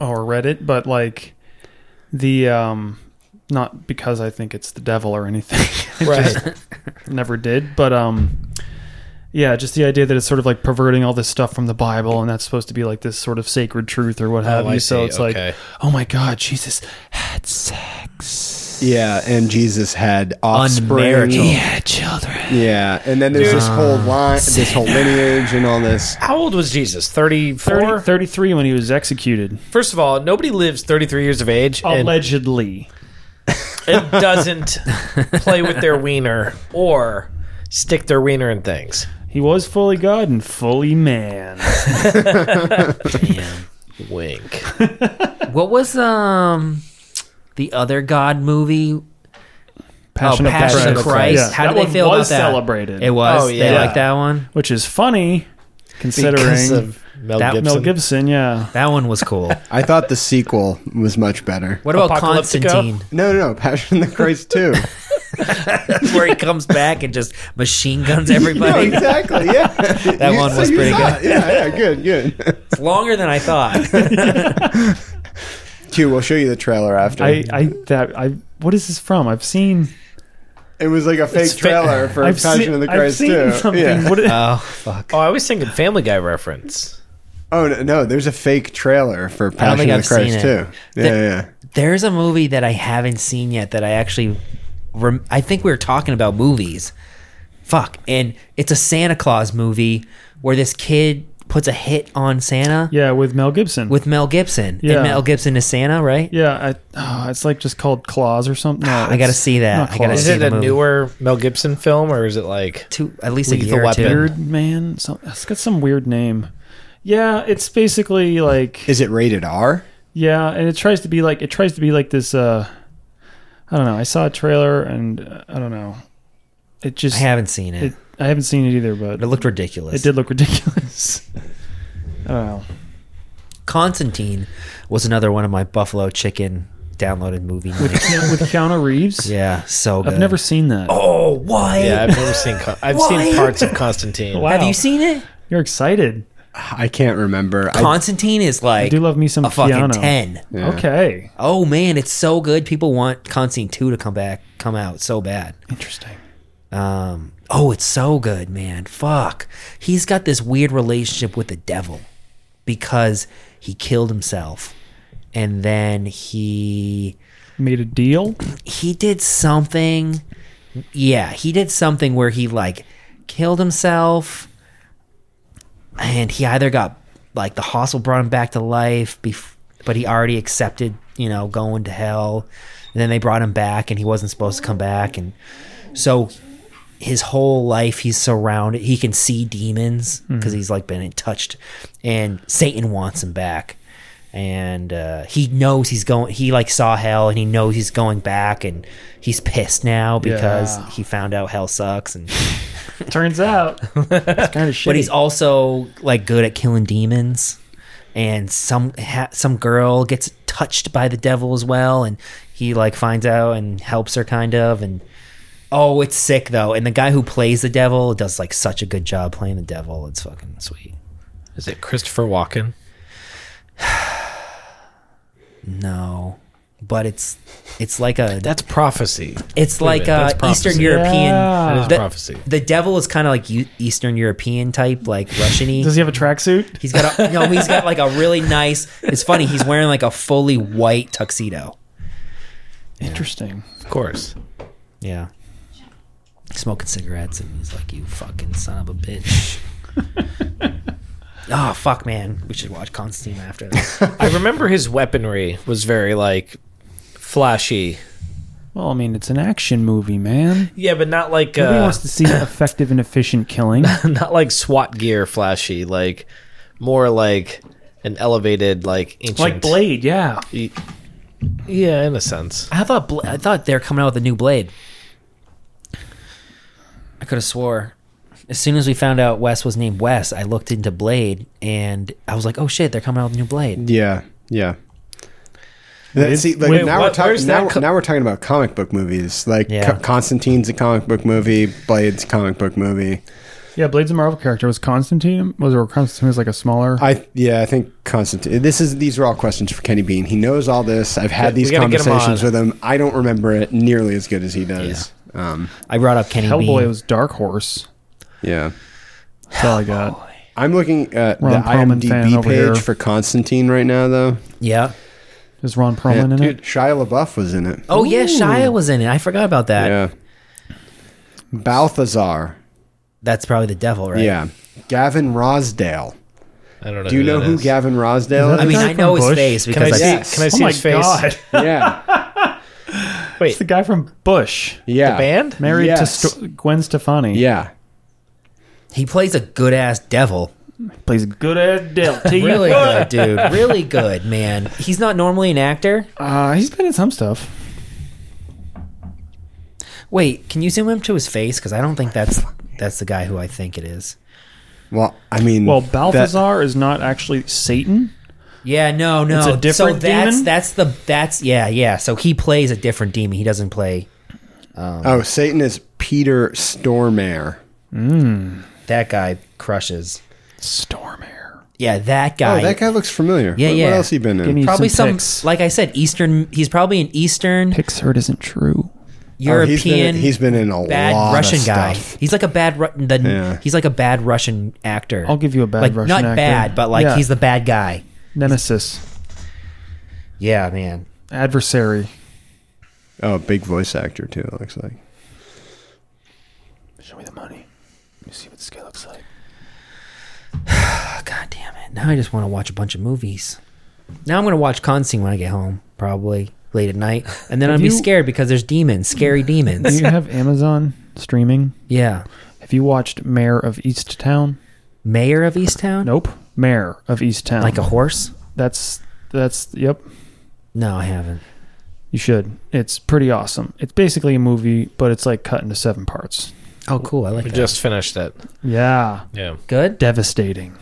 E: or read it, but like the um, not because I think it's the devil or anything. <laughs> I just never did, but um. Yeah, just the idea that it's sort of like perverting all this stuff from the Bible, and that's supposed to be like this sort of sacred truth or what have
B: I
E: you. So
B: see.
E: it's
B: Okay.
E: like, oh my God, Jesus had sex.
C: Yeah, and Jesus had offspring.
A: Unmarital.
C: Yeah.
B: Yeah, children.
C: and then there's this whole line, this whole lineage, and all this.
B: How old was Jesus? 34?
E: 30, 33 when he was executed.
B: First of all, nobody lives 33 years of age and,
E: Allegedly.
B: and doesn't play with their wiener or stick their wiener in things.
E: He was fully God and fully man.
A: Damn.
B: <laughs> Wink.
A: What was um the other God movie? oh, Passion of Christ.
E: Yeah.
A: How
E: that
A: do they
E: one
A: feel
E: was
A: about that?
E: celebrated.
A: It was.
B: Oh,
A: They
B: yeah.
A: like that one.
E: Which is funny,
B: Because
E: considering
B: of Mel
A: That
B: Gibson.
E: Mel Gibson, yeah.
A: That one was cool.
C: I thought the sequel was much better.
A: What about
B: Apocalyptico?
A: Constantine?
C: <laughs> No, no, no, Passion of the Christ <laughs> too.
A: That's where he comes back and just machine guns everybody.
C: exactly. Yeah,
A: That one was pretty
C: good. Yeah, yeah, good, good.
A: It's longer than I thought. <laughs>
C: Q, we'll show you the trailer after.
E: I, I that I what is this from? I've seen
C: it was like a fake
B: fa-
C: trailer for
E: I've
C: Passion
E: seen,
C: of the
E: I've
C: Christ
E: seen
C: too.
E: <laughs> something.
C: Yeah.
E: What is-
A: Oh fuck!
B: Oh, I was thinking Family Guy reference.
C: Oh no, no, there's a fake trailer for Passion
A: think
C: of
A: I've
C: the Christ
A: seen
C: too.
A: it.
C: Yeah,
A: The-
C: yeah.
A: There's a movie that I haven't seen yet that I actually, rem- I think we were talking about movies. Fuck, and it's a Santa Claus movie where this kid puts a hit on Santa
E: yeah, with Mel Gibson.
A: with Mel Gibson,
E: Yeah.
A: and Mel Gibson is Santa, right?
E: yeah, I, oh, it's like just called Claws or something. No,
A: Ah, I gotta
E: it's
A: see that.
E: not
A: I gotta
E: Claws.
B: Is
A: see
B: it
A: the
B: a
A: movie.
B: newer Mel Gibson film or is it like.
A: Two, at least a
B: Lethal
A: year or two.
B: Weapon.
E: Beard Man. So, it's got some weird name. Yeah, it's basically like
C: Is it rated R?
E: Yeah, and it tries to be like it tries to be like this. uh I don't know. I saw a trailer, and uh, I don't know. It
A: I
E: just
A: haven't seen it.
E: it. I haven't seen it either, but
A: It looked ridiculous.
E: it did look ridiculous. <laughs> I don't know.
A: Constantine was another one of my Buffalo Chicken downloaded movie nights.
E: With Keanu Reeves,
A: yeah, so good.
E: I've never seen that.
A: Oh, why?
B: Yeah, I've never
A: <laughs>
B: seen. Con- <laughs> I've seen
A: What?
B: parts of Constantine.
E: Wow.
A: Have you seen it?
E: You're excited.
C: I can't remember. I-
A: Constantine is
E: I
A: like
E: do love me some
A: a fucking
E: Keanu.
A: ten.
C: Yeah.
E: Okay,
A: Oh man, it's so good. People want Constantine two to come back, come out so bad.
E: interesting.
A: Um, oh, it's so good, man. Fuck, he's got this weird relationship with the devil because he killed himself, and then he
E: Made a deal.
A: he did something. Yeah, he did something where he like killed himself, and he either got like the hostel brought him back to life, bef- but he already accepted, you know, going to hell. And then they brought him back, and he wasn't supposed to come back, and so his whole life he's surrounded. He can see demons because he's like been touched, and Satan wants him back and uh, he knows he's going. He like saw hell, and he knows he's going back, and he's pissed now because
E: Yeah.
A: he found out hell sucks. And <laughs>
E: Turns out it's kind of shitty.
A: but he's also like good at killing demons, and some ha- some girl gets touched by the devil as well, and he like finds out and helps her kind of. And oh, it's sick though. And the guy who plays the devil does like such a good job playing the devil. It's fucking sweet.
B: Is it Christopher Walken?
A: No. but it's it's like a
B: That's prophecy.
A: it's
B: Wait a
A: like
B: minute,
A: uh,
B: that's prophecy.
A: Eastern European.
E: Yeah.
B: Uh, That is
A: The-
B: prophecy.
A: The devil is kind of like Eu- Eastern European type, like Russian-y.
E: Does he have a tracksuit?
A: He's got a, <laughs> no. He's got like a really nice. It's funny. He's wearing like a fully white tuxedo.
E: Interesting.
B: Of course.
A: Yeah, smoking cigarettes, and he's like, "You fucking son of a bitch." <laughs> oh fuck, man. We should watch Constantine after this.
B: I remember his weaponry was very like flashy.
E: Well, I mean, it's an action movie, man.
B: Yeah, but not like
E: Nobody
B: uh,
E: wants to see effective and efficient killing.
B: <laughs> not like SWAT gear flashy. Like more like an elevated like ancient.
E: like Blade, yeah.
B: Yeah, in a sense.
A: <laughs> I thought Bla- I thought they're coming out with a new blade. I could have swore. As soon as we found out Wes was named Wes, I looked into Blade and I was like, "Oh shit, they're coming out with a new Blade."
C: Yeah, yeah. That- see, like,
B: wait,
C: now,
B: what-
C: we're
B: where's
C: talking.
B: that
C: now,
B: co-
C: now we're talking about comic book movies. Like
A: Yeah.
C: Co- Constantine's a comic book movie, Blade's a comic book movie.
E: Yeah, Blade's a Marvel character. Was Constantine? Was or Constantine was like a smaller?
C: I yeah, I think Constantine. This is these are all questions for Kenny Bean. He knows all this. I've had
B: We
C: these
B: gotta get him on.
C: conversations with him. I don't remember it nearly as good as he does. Um,
A: I brought up Kenny
E: Hellboy
A: Bean.
E: was Dark Horse.
C: yeah.
E: That's all I got.
C: I'm looking at
E: Ron
C: the
E: Perlman fan
C: IMDb
E: over
C: page
E: here.
C: for Constantine right now, though.
A: yeah.
E: Is Ron
C: Yeah,
E: Perlman in
C: dude,
E: it?
C: Shia LaBeouf was in it.
A: Oh yeah, Shia was in it. I forgot about that.
C: yeah. Balthazar.
A: That's probably the devil, right?
C: Yeah. Gavin Rosdale.
B: I don't know.
C: Do you
B: who
C: know
B: that
C: who
B: is.
C: Gavin Rosdale
A: I
C: is?
A: mean,
E: Guy
A: I
E: from
A: know his
E: Bush?
A: face
B: Can I
A: because
B: see?
A: I,
C: Yes.
B: Can I see
E: Oh my
B: his face?
E: god,
C: <laughs> yeah.
B: Wait,
E: the guy from Bush,
C: Yeah.
B: the band?
E: married
C: Yes.
E: to Sto- Gwen Stefani.
C: Yeah.
A: he plays a good ass devil.
E: plays a good ass Del. T. <laughs>
A: Really good, dude. Really good, man. He's not normally an actor.
E: Uh, he's been in some stuff.
A: Wait, can you zoom him to his face? Because I don't think that's that's the guy who I think it is.
C: Well, I mean,
E: Well,
C: that-
E: Balthazar is not actually Satan.
A: Yeah, no, no.
E: It's a
A: so
E: different
A: that's
E: demon?
A: that's the that's yeah, yeah. So he plays a different demon. He doesn't play
C: oh, Satan is Peter Stormare.
A: that guy crushes.
E: Stormare.
A: Yeah, that
C: Oh,
A: guy.
C: that guy looks familiar.
A: Yeah,
C: what,
A: yeah.
C: What else he been in? Oh,
E: Give me-
A: Probably
E: Some Oh,
A: some,
E: pics.
A: like I said, Eastern. He's probably an Eastern
E: Picks hurt isn't true.
C: Oh,
A: European.
C: he's been in, he's been in a lot
A: bad Russian
C: of
A: guy.
C: stuff.
A: He's like a bad Ru- the,
C: Yeah.
A: he's like a bad Russian actor.
E: I'll give you a bad
A: like,
E: Russian
A: not
E: actor.
A: bad, but like
E: Yeah.
A: he's the bad guy.
E: Nemesis,
A: Yeah, man.
E: adversary.
C: Oh, big voice actor too. It looks like.
E: Show me the money. Let me see what this guy looks like.
A: Oh, God damn it! Now I just want to watch a bunch of movies. Now I'm gonna watch Constantine when I get home, probably late at night, and then I'll be
E: you-
A: scared because there's demons, scary
E: Do
A: demons.
E: <laughs> you have Amazon streaming?
A: yeah.
E: Have you watched Mayor of East Town?
A: Mayor of Easttown.
E: Nope. Mayor of East Town.
A: Like a horse?
E: that's that's yep.
A: No, I haven't.
E: You should. It's pretty awesome. It's basically a movie, but it's like cut into seven parts.
A: Oh, cool. I like
B: We
A: that.
B: just finished it.
E: Yeah,
B: Yeah.
A: good.
E: devastating.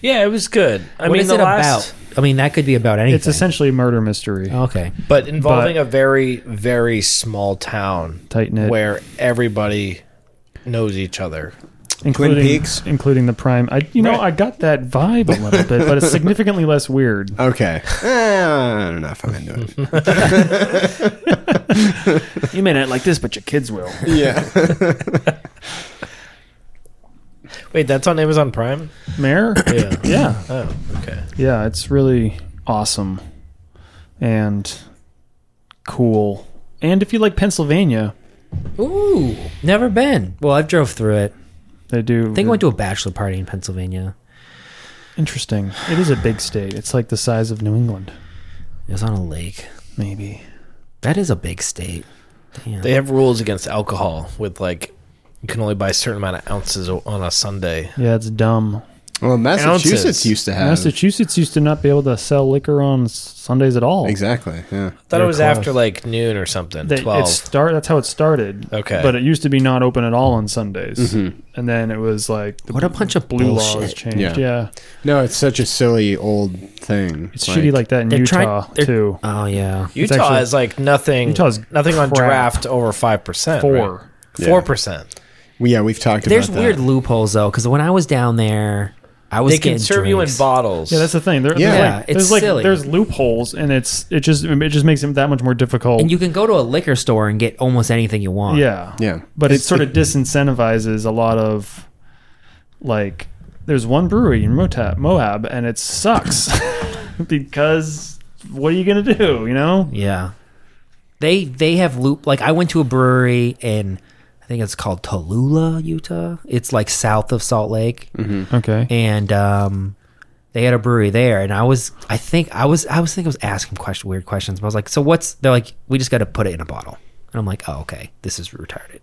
B: Yeah, it was good. I
A: What
B: mean,
A: is
B: the
A: it
B: last,
A: about? I mean, that could be about anything.
E: It's essentially a murder mystery.
A: okay.
B: but involving a very, very small town
E: Tighten it.
B: where everybody knows each other.
E: including,
C: Peaks?
E: including the prime. I, you know, I got that vibe a little bit, but it's significantly less weird.
C: Okay. Eh, I don't know if I'm into it.
E: <laughs> You may not like this, but your kids will.
C: yeah.
B: Wait, that's on Amazon Prime.
E: Mayor?
B: Yeah.
E: yeah,
B: oh, okay.
E: yeah. It's really awesome and cool. And if you like Pennsylvania,
A: Ooh, never been. Well, I've drove through it.
E: they do.
A: I think I went to a bachelor party in Pennsylvania.
E: interesting. It is a big state. It's like the size of New England,
A: It was on a lake.
E: maybe.
A: That is a big state. Damn.
B: They have rules against alcohol with like you can only buy a certain amount of ounces o- on a Sunday.
E: Yeah, it's dumb.
C: Well, Massachusetts
B: Ounces.
C: used
E: Uh,
C: to have
E: Massachusetts used to not be able to sell liquor on s- Sundays at all.
C: exactly. Yeah.
B: I thought
E: They're
B: it was
E: 12.
B: after like noon or something.
E: They, it
B: Twelve.
E: start. That's how it started.
B: Okay.
E: but it used to be not open at all on Sundays, and then it was like the
A: What a bunch of
E: blue
A: bullshit.
E: laws changed.
C: Yeah.
E: Mm-hmm. Yeah,
C: No, it's such a silly old thing.
E: it's shitty like that in
A: They're trying-
E: Utah
A: they're-
E: too.
A: Oh yeah.
B: Utah
E: actually-
B: is like nothing.
E: Utah's
B: nothing on
E: crap.
B: draft over five percent.
E: Four.
C: Yeah.
B: Four percent.
C: Well, yeah, we've talked
A: There's
C: about that.
A: weird loopholes though, because when I was down there, I was
B: they can
A: getting
B: serve you in
A: drinks.
B: bottles.
E: Yeah, that's the thing. There,
C: Yeah.
E: there's
A: Yeah,
E: like,
A: it's
E: there's like
A: silly.
E: there's loopholes, and it's it just it just makes it that much more difficult.
A: and you can go to a liquor store and get almost anything you want.
E: yeah,
C: Yeah.
E: but it
C: It's-
E: sort of disincentivizes a lot of like there's one brewery in Moab, Moab and it sucks <laughs> because what are you gonna do? You know,
A: Yeah. They they have loop like I went to a brewery in I think it's called Tallulah, Utah. It's like south of Salt Lake.
E: okay,
A: And um they had a brewery there and I was I think I was I was thinking I was asking question weird questions, but I was like, so what's they're like, we just gotta put it in a bottle. And I'm like, oh okay, this is retarded.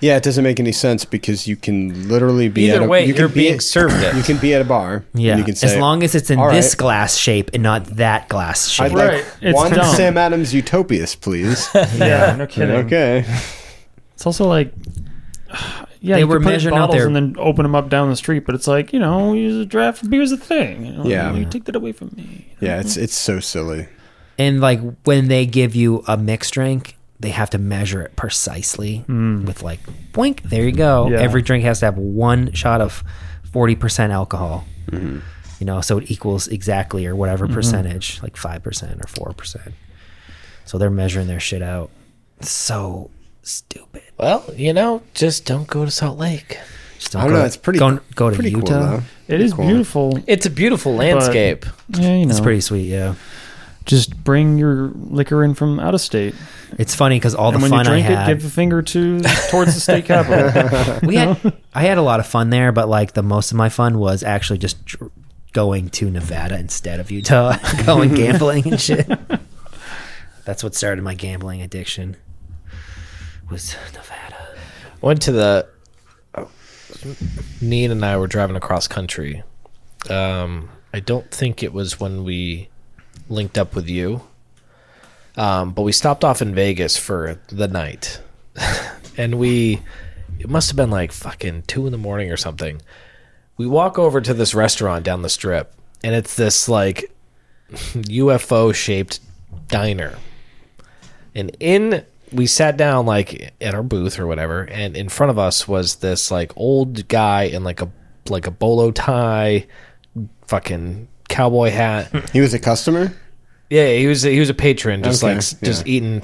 C: Yeah, it doesn't make any sense because you can literally be
B: Either
C: at a,
B: way,
C: you can
B: you're
C: be
B: being
C: at-
B: served it.
C: You can be at a bar. and
A: Yeah.
C: you can say,
A: as long as it's in
C: "All
A: this
C: right,
A: glass shape and not that glass shape.
C: I'd
E: Right,
C: like
E: it's
C: one
E: dumb.
C: Sam Adams Utopias,
B: <laughs>
C: please.
E: yeah, no kidding.
C: okay.
E: It's also like. Yeah,
A: They
E: you
A: were
E: could put it in
A: measuring out
E: bottles
A: their-
E: and then open them up down the street, but it's like you know, use a draft beer's a thing. You know,
C: Yeah.
E: you take that away from me.
C: Yeah, it's it's so silly.
A: and like when they give you a mixed drink they have to measure it precisely with like boink there you go
E: Mm. Yeah.
A: every drink has to have one shot of 40% alcohol
C: Mm-hmm.
A: you know so it equals exactly or whatever
E: Mm-hmm.
A: percentage like 5% or 4% so they're measuring their shit out so stupid
B: well, you know, just don't go to Salt Lake.
A: Just
C: I don't
A: go
C: know.
A: to-
C: It's pretty.
A: go, go to
C: pretty cool,
A: utah
C: though.
E: It is beautiful.
B: It's a beautiful landscape.
E: Yeah, you know,
A: it's pretty sweet yeah
E: just bring your liquor in from out of state.
A: it's funny because all
E: and
A: the
E: when you
A: fun i
E: drink it,
A: had Oh,
E: give a finger to towards the
A: <laughs>
E: state capital.
A: we had I had a lot of fun there, but like the most of my fun was actually just dr- going to Nevada instead of Utah, <laughs> going gambling and shit. That's what started my gambling addiction. Was Nevada?
B: went to the Neen and I were driving across country. Um, I don't think it was when we linked up with you, um, but we stopped off in Vegas for the night, <laughs> and we it must have been like fucking two in the morning or something. We walk over to this restaurant down the strip, and it's this like <laughs> UFO shaped diner. And in we sat down like at our booth or whatever, and in front of us was this like old guy in like a like a bolo tie, fucking cowboy hat.
C: He was a customer.
B: yeah, he was he was a patron, just
C: Okay,
B: like s- just eating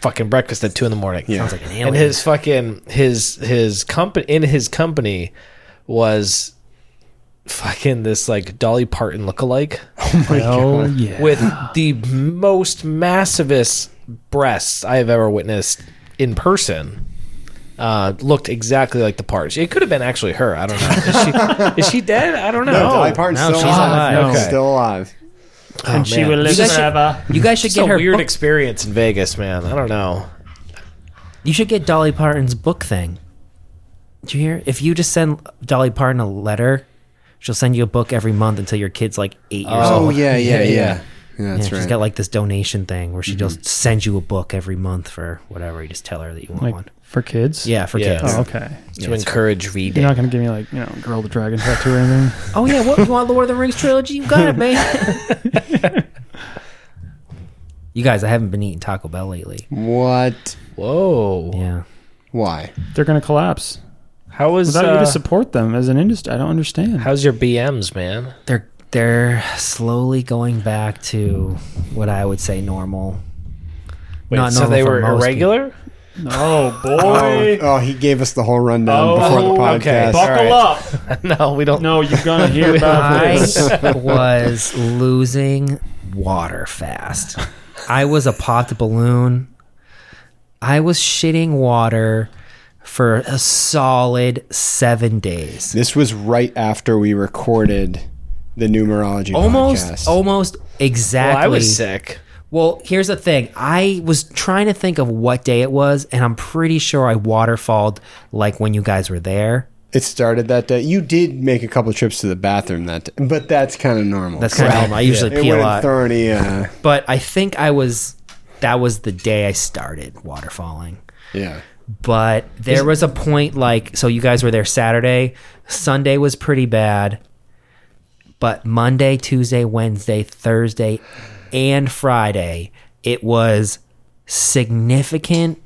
B: fucking breakfast at two in the morning.
C: Yeah.
A: Like an alien.
B: And his fucking his his company in his company was fucking this like Dolly Parton lookalike
C: <laughs>
E: oh yeah,
B: with the most massivest breasts I have ever witnessed in person. Uh, looked exactly like the part. It could have been actually her. I don't know. Is she, is she dead? I don't know.
C: No, Dolly Parton's
A: no,
C: still
A: she's
C: alive.
E: alive. Okay.
C: Still alive.
B: Oh,
E: and she
B: man.
E: will live
A: You guys should-
E: forever.
A: you guys should
B: It's
A: get
B: a
A: her.
B: weird
A: book-
B: experience in Vegas, man. I don't know.
A: you should get Dolly Parton's book thing. Do you hear? If you just send Dolly Parton a letter, she'll send you a book every month until your kid's like eight years old.
C: Oh yeah, yeah, yeah. yeah.
A: Yeah,
C: that's
A: she's
C: right.
A: got like this donation thing where she just sends you a book every month for whatever. You just tell her that you want
E: Like
A: one.
E: for kids.
A: Yeah, for
B: Yeah.
A: kids.
E: Oh, okay.
B: To encourage reading.
E: You're not gonna give me like you know, girl with the dragon tattoo or anything.
A: Oh yeah, what you want? Lord of the Rings trilogy? You got it, man. <laughs> you guys, I haven't been eating Taco Bell lately.
C: What?
B: Whoa.
A: Yeah,
C: Why?
E: They're gonna collapse
B: How was
E: without you
B: uh,
E: to support them as an industry. I don't understand.
B: how's your BMs, man?
A: they're they're slowly going back to what I would say normal.
B: Wait,
A: Not
B: so
A: normal
B: they
A: for
B: were
A: most
B: <laughs> irregular?
E: oh
C: Oh, <laughs>
E: boy.
C: oh, he gave us the whole rundown before the
E: Oh,
C: podcast.
B: okay.
E: Buckle
B: All right.
E: up. <laughs>
B: no, we don't.
E: No, you're
A: <laughs>
E: gonna hear about
A: I
E: this.
A: was losing water fast. I was a popped balloon. I was shitting water for a solid seven days.
C: This was right after we recorded the numerology
A: Almost, Oh.
C: podcast.
A: almost exactly.
B: Well, I was sick.
A: Well, here's the thing. I was trying to think of what day it was, and I'm pretty sure I waterfalled like when you guys were there.
C: It started that day. You did make a couple trips to the bathroom that day, but that's kind of normal.
A: That's kind of normal. I usually
C: it
A: pee a
C: wouldn't
A: lot.
C: throw any. Uh,
A: but I think I was. That was the day I started waterfalling.
C: yeah,
A: but there was a point like so you guys were there saturday sunday was pretty bad but monday tuesday wednesday thursday and friday it was significant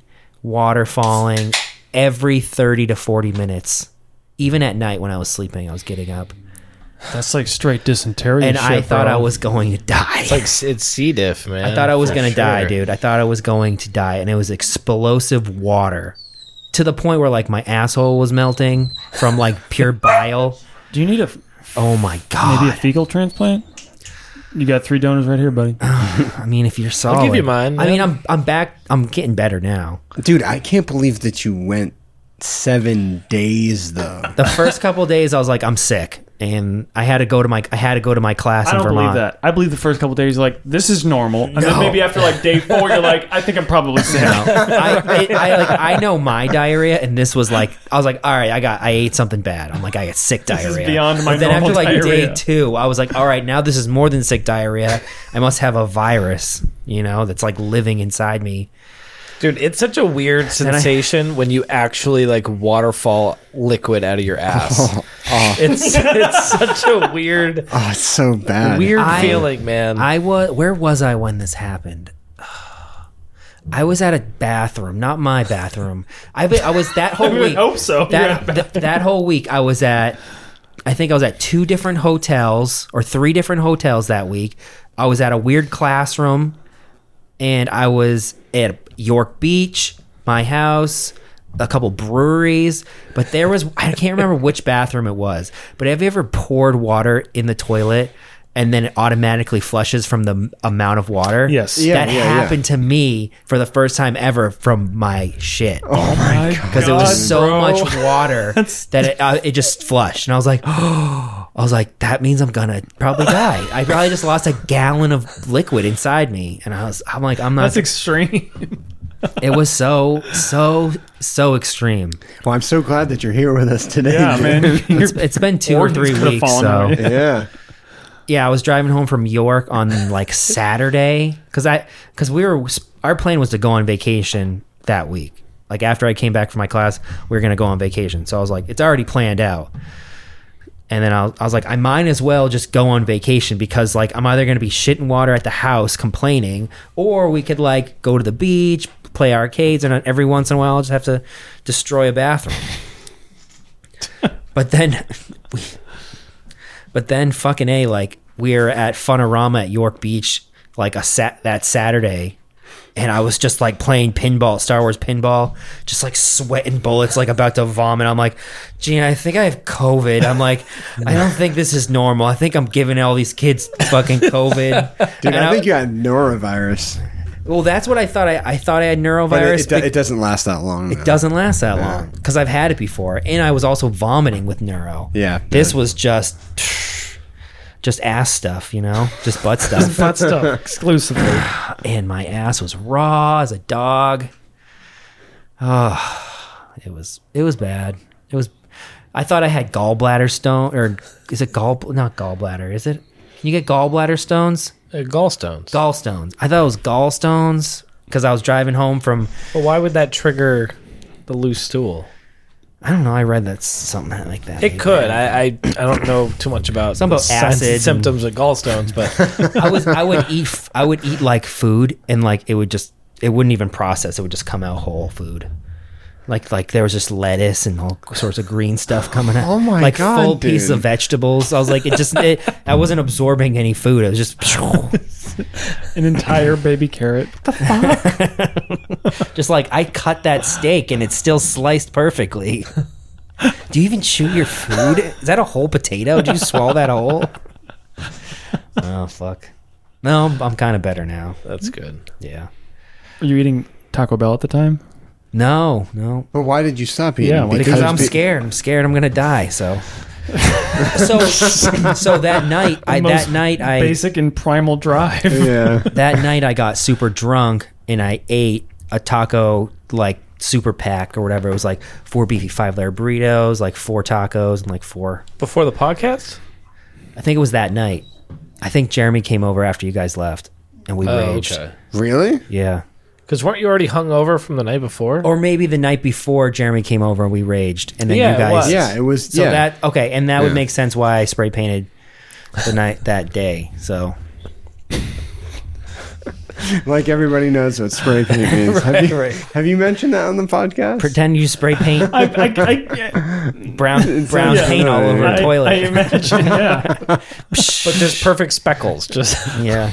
A: water falling every 30 to 40 minutes even at night when i was sleeping i was getting up
E: That's like straight dysentery.
A: and I
E: shit,
A: thought
E: bro.
A: I was going to die.
B: It's like s- it's C diff, man.
A: I thought I was
B: Uh, for
A: going to die,
B: sure.
A: dude. I thought I was going to die, and it was explosive water to the point where like my asshole was melting from like pure bile.
E: Do you need a f-
A: Oh my
E: maybe a
A: god!
E: fecal transplant? You got three donors right here, buddy.
A: I mean, if you're solid,
B: you mine,
A: I mean,
B: man.
A: I'm I'm back. I'm getting better now.
C: Dude, I can't believe that you went seven days though.
A: The first couple days, I was like, I'm sick, and I had to go to my I had to go to my class
E: I
A: in
E: don't
A: Vermont.
E: believe that. I believe the first couple days you're like, this is normal, and then maybe after like day four you're like, I think I'm
A: <laughs>
E: probably sick. <laughs>
A: I, it, I like I know my diarrhea, and this was like I was like, all right, I got I ate something bad. I'm like, I got sick diarrhea.
E: is beyond my
A: But then after
E: normal
A: like day
E: diarrhea.
A: two, I was like, all right, now this is more than sick diarrhea. I must have a virus, you know, that's like living inside me.
B: dude. It's such a
A: <laughs>
B: weird sensation when you actually like waterfall liquid out of your
A: <laughs>
B: ass.
A: Oh.
B: It's it's <laughs> such a weird
C: Oh, it's so bad.
B: weird
A: I-
B: feeling, man.
A: I was where was I when this happened? <sighs> I was at a bathroom, not my bathroom. I be- I was that
E: <laughs>
A: whole
E: would
A: week.
E: hope so. You're at
A: That
E: a
A: th- that whole week I was at I think I was at two different hotels or three different hotels that week. I was at a weird classroom and I was at York Beach, my house, a couple breweries, but there was I can't remember which bathroom it was. But have you ever poured water in the toilet and then it automatically flushes from the m- amount of water?
E: Yes.
C: Yeah,
A: that
C: yeah, yeah.
A: happened to me for the first time ever from my shit <laughs>
C: Oh,
E: my god!
A: because it was so
E: bro.
A: much
E: <laughs>
A: water that it, uh, it just flushed, and I was like, <gasps> oh, I was like, that means I'm gonna probably die. I probably just lost a gallon of liquid inside me, and I was, I'm like, I'm not.
E: That's extreme.
A: <laughs> it was so, so, so extreme.
C: Well, I'm so glad that you're here with us today.
E: Yeah,
C: dude.
E: man. Your
A: It's, it's been two or
E: organs
A: three
E: could've
A: weeks,
E: fallen
A: so
E: out.
C: <laughs> Yeah.
A: yeah, I was driving home from York on like Saturday because I because we were our plan was to go on vacation that week. Like after I came back from my class, we were gonna go on vacation. So I was like, it's already planned out. And then I was, I was like, I might as well just go on vacation because like I'm either gonna be shitting water at the house complaining, or we could like go to the beach, play arcades, and every once in a while I'll just have to destroy a bathroom. but then <laughs> but then fucking a like we were at Funorama at York Beach like a sat that Saturday, and I was just like playing pinball, Star Wars pinball, just like sweating bullets, like about to vomit. I'm like, Gene, I think I have COVID. I'm like, I
C: <laughs>
A: don't think this is normal. I think I'm giving all these kids fucking COVID.
C: <laughs> Dude,
A: And
C: I think you had norovirus.
A: well, that's what I thought. I, I thought I had
C: But
A: neurovirus.
C: it, it, do- it doesn't last that long.
A: It doesn't last that long because I've had it before, and I was also vomiting with neuro.
C: Yeah,
A: this
C: yeah.
A: was just, just ass stuff, you know, just butt stuff,
E: butt stuff exclusively.
A: and my ass was raw as a dog. Oh, it was it was bad. It was. I thought I had gallbladder stone, or is it gall? Not gallbladder, is it? Can you get gallbladder stones?
B: Uh, gallstones.
A: Gallstones. I thought it was gallstones because I was driving home from
B: But why would that trigger the loose stool?
A: I don't know. I read that something like that.
B: It could. I, I I don't know too much about
A: Some about
B: the signs
A: acid
B: and
A: and-
B: symptoms of gallstones, but
A: I was I would eat f- I would eat like food and like it would just it wouldn't even process it would just come out whole food. Like like there was just lettuce and all sorts of green stuff coming out.
C: Oh my
A: like
C: God,
A: full piece
C: dude.
A: of vegetables. I was like it just it,
C: <laughs>
A: I wasn't absorbing any food. It was just <laughs>
E: An entire baby carrot.
A: just like I cut that steak and it's still sliced perfectly. Do you even chew your food? Is that a whole potato? Do you swallow that whole? Oh fuck. No, I'm, I'm kind of better now.
B: <laughs> that's good.
A: Yeah.
E: Were you eating Taco Bell at the time?
A: No, no.
C: But why did you stop eating?
E: Yeah, why did
A: Because I'm
C: be-
A: scared. I'm scared I'm gonna die.
E: <laughs>
A: So, so, so that night, I that
E: most
A: night I
E: Basic and primal
A: <laughs>
C: <laughs>
E: drive. <laughs>
C: Yeah.
A: that night I got super drunk and I ate a taco like super pack or whatever. It was like four beefy five layer burritos, like four tacos, and like four.
B: Before the podcast,
A: I think it was that night. I think Jeremy came over after you guys left, and we
B: Oh,
A: raged.
C: Really?
A: Yeah.
B: Because weren't you already hung over from the night before?
A: Or maybe the night before Jeremy came over and we raged, and then
B: Yeah,
A: you
B: it
A: guys
B: was.
C: Yeah, it was.
A: So
C: yeah.
A: that okay, and that
C: Yeah.
A: would make sense why I spray painted the night that day. So
C: like everybody knows what
A: <laughs>
C: spray paint means. have, you,
A: right.
C: have you mentioned that on the podcast?
A: Pretend you spray paint
E: <laughs> I, I, I, <laughs>
A: brown
C: It's
A: brown
C: sounds
A: paint all over
E: I,
A: the
C: familiar.
A: toilet.
E: I imagine, yeah.
B: but there's perfect speckles. Just
E: <laughs>
A: yeah.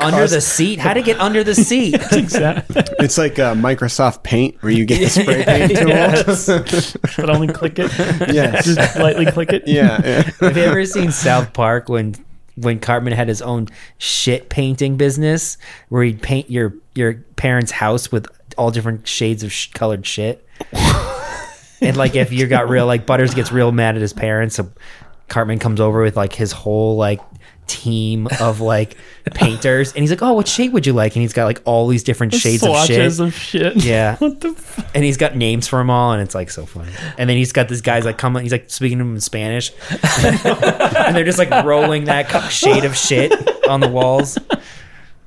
A: Under the seat? How to get under the seat?
E: Exactly.
C: It's like uh, Microsoft Paint where
A: <laughs>
C: you get the spray paint tool.
E: Yes. But only click it.
C: <laughs> Yes.
E: Just lightly click it.
C: Yeah. yeah. <laughs>
A: Have you ever seen South Park when when Cartman had his own shit painting business where he'd paint your your parents' house with all different shades of sh- colored shit?
E: <laughs>
A: and like if you got real like Butters gets real mad at his parents, so Cartman comes over with like his whole like team of
E: <laughs>
A: like painters and he's like, "Oh, what shade would you like?" and he's got like all these different <laughs> shades of shit.
E: Swatches of shit.
A: Yeah.
E: <laughs> What the f-
A: and he's got names for them all, and it's like so funny. And then he's got this guy's like coming, he's like speaking to him in Spanish, <laughs> and they're just like rolling that cu- shade of shit on the walls.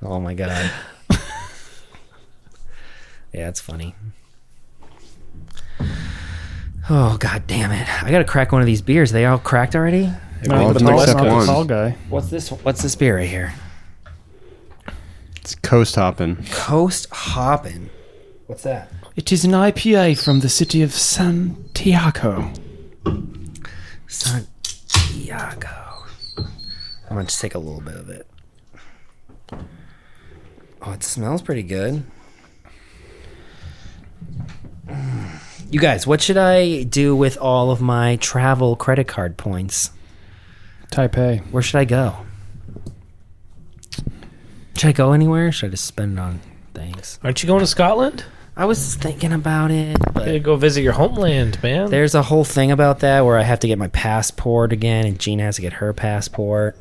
A: Oh my god! Yeah, it's funny. Oh god damn it! I gotta crack one of these beers. Are they all cracked already?
C: Well,
E: the
C: it's
E: tall,
C: except
E: not the
C: one.
E: tall guy.
A: What's this? What's this beer right here?
C: It's coast hopping.
A: Coast Hoppin'. What's that?
E: It is an IPA from the city of Santiago.
A: Santiago. I'm gonna just take a little bit of it. Oh, it smells pretty good. Mm. You guys, what should I do with all of my travel credit card points?
E: Taipei.
A: Where should I go? Should I go anywhere? Or should I just spend it on things?
B: <laughs> aren't you going to Scotland?
A: I was thinking about it, but
B: Gotta go visit your homeland, man.
A: There's a whole thing about that where I have to get my passport again, and Gina has to get her passport.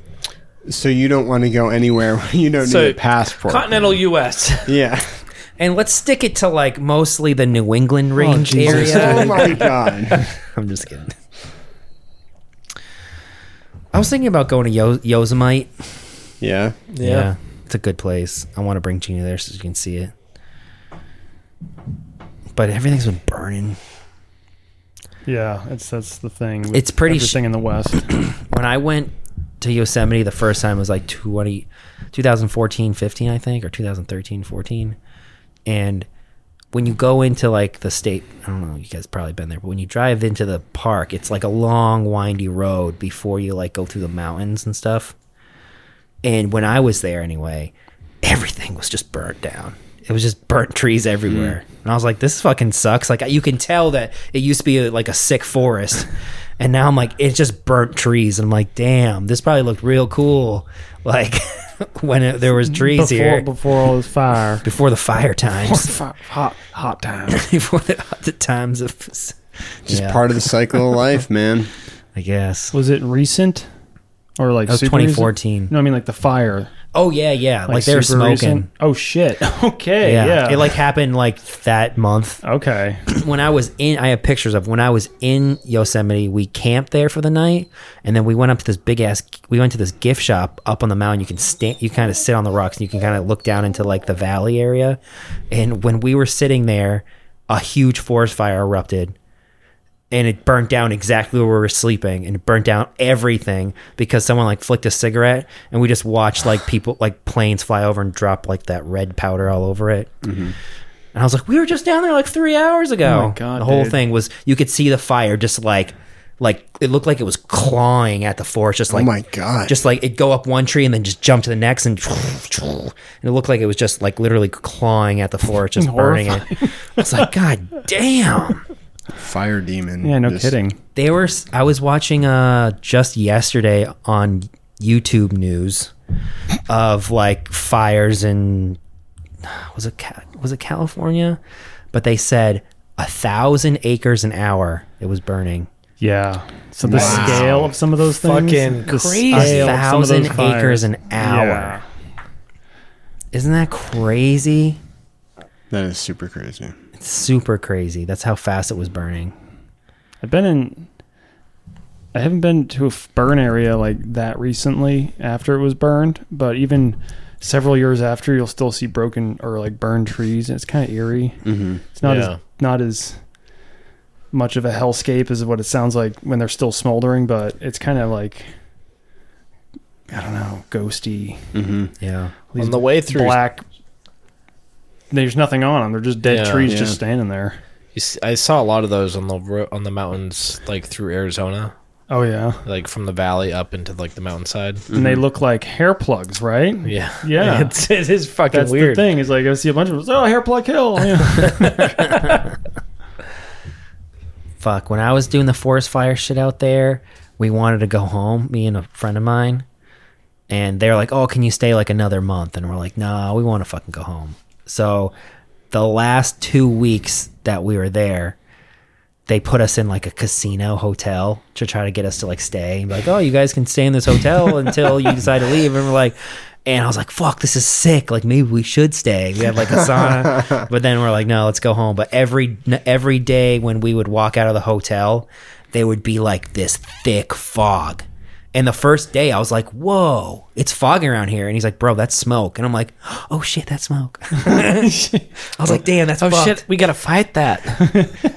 C: So you don't want to go anywhere where you don't
B: So-
C: need a passport.
B: Continental <laughs> U.S.
C: yeah.
A: And let's stick it to like mostly the New England range
E: Jesus.
A: area.
C: <laughs>
A: <laughs>
C: Oh my god.
A: I'm just kidding. I was thinking about going to Yo- Yosemite.
C: Yeah.
A: Yeah. it's a good place. I want to bring Gina there so she can see it. But everything's been burning.
E: Yeah, it's that's the thing. with
A: It's pretty sh-
E: everything in the West.
A: When I went to Yosemite the first time it was like 20, 2014, 15, I think, or 2013, 14. And when you go into like the state, I don't know, you guys probably been there, but when you drive into the park, it's like a long, windy road before you like go through the mountains and stuff. And when I was there anyway, everything was just burnt down. It was just burnt trees everywhere. And I was like, this fucking sucks. Like, you can tell that it used to be like a sick <laughs> forest. And now I'm like, it's just burnt trees. And I'm like, damn, this probably looked real cool. Like, <laughs> when it, there was trees
E: before
A: here.
E: before all this fire.
A: Before the fire times.
E: Fi- hot hot time.
A: <laughs> before the, the times of
C: Just
A: Yeah,
C: part of the cycle
A: <laughs>
C: of life, man.
A: I guess.
E: <coughs> Was it recent? Or like
A: That was
E: super recent?
A: 2014.
E: No, I mean like the fire.
A: Oh yeah, yeah. Like, they were
E: super
A: smoking.
E: recent? Oh
A: <laughs>
E: shit. Okay.
A: Yeah.
E: Yeah.
A: it like happened like that month. <clears throat>
E: okay.
A: When I was in, I have pictures of when I was in Yosemite. We camped there for the night, and then we went up to this big ass. We went to this gift shop up on the mountain. You can stand, you kind of sit on the rocks, and you can kind of look down into like the valley area. And when we were sitting there, a huge forest fire erupted, and it burnt down exactly where we were sleeping and it burnt down everything because someone like flicked a cigarette and we just watched like people like planes fly over and drop like that red powder all over it and i was like we were just down there like three hours ago
E: Mm-hmm. Oh my God,
A: the whole
E: dude.
A: thing was you could see the fire just like like it looked like it was clawing at the forest
E: Oh
A: just like
C: Oh my God.
A: just like it'd go up one tree and then just jump to the next and, and it looked like it was just like literally clawing at the forest
E: <laughs>
A: just burning it i was like god damn
C: Fire demon.
E: Yeah, no
C: Just-
E: kidding.
A: they were i was watching uh just yesterday on youtube news of like fires in was it Ca- was it california but they said a thousand acres an hour it was burning
E: Yeah. So the scale of some of those things.
B: Fucking
E: the
B: crazy.
A: a
E: scale of some of
A: thousand
E: those fires.
A: acres an hour
E: Yeah.
A: isn't that crazy
C: That is super crazy.
A: it's super crazy that's how fast it was burning
E: I've been in. I haven't been to a f- burn area like that recently after it was burned, but even several years after, you'll still see broken or like burned trees, and it's kind of eerie.
C: Mm-hmm.
E: It's not
B: Yeah.
E: as not as much of a hellscape as what it sounds like when they're still smoldering, but it's kind of like I don't know, ghosty.
C: Mm-hmm.
A: yeah
E: These
B: On the way through
E: black there's nothing on them. They're just dead
B: Yeah.
E: trees
C: Yeah.
E: just standing there.
B: You s- I saw a lot of those on the ro- on the mountains, like through Arizona,
E: Oh yeah,
B: like from the valley up into like the mountainside.
E: and they look like hair plugs, right?
B: Yeah, <laughs>
E: Yeah.
B: it's, it is fucking
E: That's
B: weird.
E: the thing. Is like I see a bunch of them, oh hair plug hill. Yeah.
A: fuck when i was doing the forest fire shit out there we wanted to go home me and a friend of mine and they're like oh can you stay like another month and we're like nah we want to fucking go home so the last two weeks that we were there they put us in like a casino hotel to try to get us to like stay and be like oh you guys can stay in this hotel
B: <laughs>
A: until you decide to leave and we're like and I was like, "Fuck, this is sick. Like, maybe we should stay." We had like a
B: <laughs>
A: sauna, but then we're like, "No, let's go home." But every every day when we would walk out of the hotel, they would be like this thick fog. And the first day, I was like, "Whoa, it's fogging around here." And he's like, "Bro, that's smoke." And I'm like, "Oh shit, that's smoke." <laughs> I was like, "Damn, that's
B: Oh
A: fucked."
B: shit, we gotta fight that.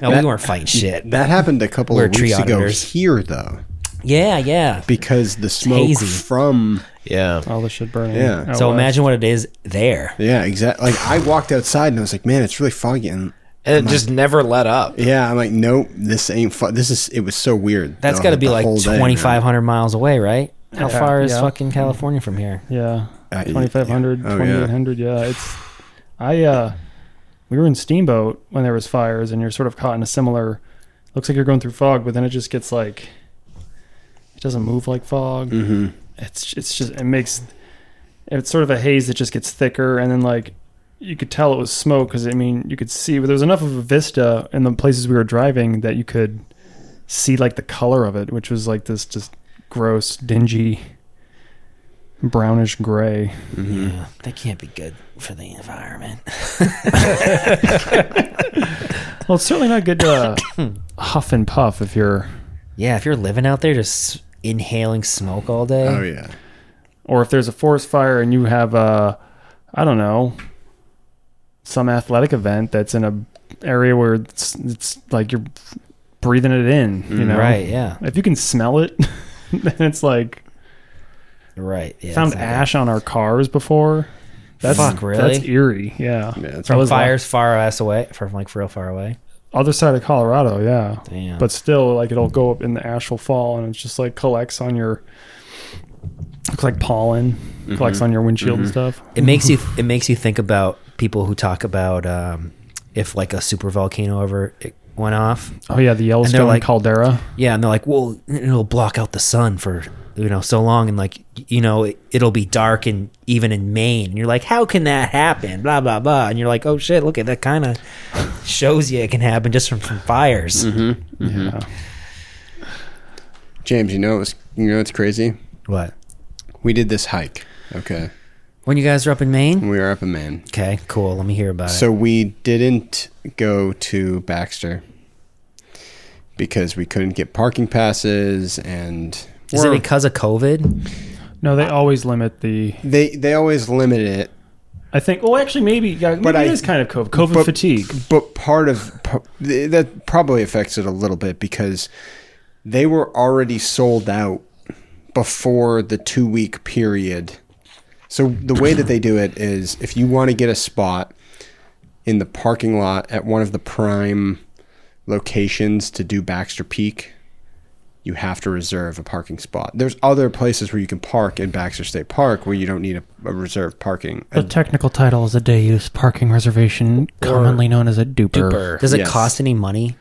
A: <laughs> No, we weren't fighting shit.
C: That happened a couple
A: We're
C: of
A: tree
C: weeks ago
A: auditors.
C: here, though,
A: Yeah, yeah.
C: because the smoke
A: hazy.
C: from
B: yeah,
E: All this shit burning.
C: Yeah.
E: out
A: So
E: west.
A: imagine what it is there.
C: yeah, exactly. Like I walked outside and I was like, man, it's really foggy, and
B: and it just never let up.
C: yeah, I'm like, nope, this ain't. Fu- this is. It was so weird.
A: That's
C: the-
A: got to be
C: the
A: like
C: whole day, man.
A: 2,500 miles away, right? How
E: Yeah.
A: far is
E: Yeah.
A: fucking California from here?
E: Yeah.
C: Uh,
E: 2500,
C: yeah. Oh, yeah.
E: 2800. Yeah. It's, I, uh, we were in Steamboat when there was fires and you're sort of caught in a similar, looks like you're going through fog, but then it just gets like, it doesn't move like fog.
C: Mhm.
E: It's, it's just, it makes, it's sort of a haze that just gets thicker. And then like, you could tell it was smoke because I mean, you could see, but there was enough of a vista in the places we were driving that you could see like the color of it, which was like this just gross, dingy, brownish gray.
C: Mm-hmm.
A: Yeah, that can't be good for the environment. <laughs>
E: Well, it's certainly not good to uh, <coughs> huff and puff if you're,
A: Yeah, if you're living out there just inhaling smoke all day.
C: Oh yeah.
E: or if there's a forest fire and you have a, I don't know, some athletic event that's in a area where it's, it's like you're breathing it in, you know?
A: Mm, Right, yeah.
E: If you can smell it, <laughs> then it's like
A: Right. Yeah,
E: found
A: it's not
E: ash on our cars before. That's
A: Fuck, really?
E: That's eerie. Yeah.
C: Yeah, it's
E: That
A: good.
E: was la-
A: Fires far ass away, from like real far away.
E: other side of Colorado, yeah.
A: Damn.
E: But still, like it'll go up in the ash will fall and it's just like collects on your looks like pollen
C: Mm-hmm.
E: collects on your windshield and stuff.
A: it makes you it makes you think about people who talk about um, if like a super volcano ever it went off.
E: Oh yeah, the Yellowstone
A: like-
E: caldera.
A: Yeah, and they're like, well, it'll block out the sun for you know so long, and like you know it, it'll be dark and even in Maine. And you're like, how can that happen? Blah blah blah. And you're like, oh shit, look at that kind of shows you it can happen just from, from fires.
C: Mm-hmm.
E: Yeah.
C: James, you know it's you know it's crazy.
A: What?
C: We did this hike. Okay,
A: When you guys are up in Maine?
C: we were up in Maine.
A: Okay, cool. Let me hear about it.
C: So we didn't go to Baxter because we couldn't get parking passes, and
A: Is it because of COVID?
E: No, they always limit the
C: they they always limit it.
E: I think well actually maybe yeah, maybe
C: But
E: it
C: I-
E: is kind of COVID, COVID
C: but-
E: fatigue.
C: But part of par- that probably affects it a little bit because they were already sold out before the two week period. So the way that they do it is if you want to get a spot in the parking lot at one of the prime locations to do Baxter Peak, you have to reserve a parking spot. There's other places where you can park in Baxter State Park where you don't need a, a reserved parking.
F: The technical title is a day use parking reservation, commonly known as a duper.
B: Or-
A: Does it
C: Yes.
A: cost any money?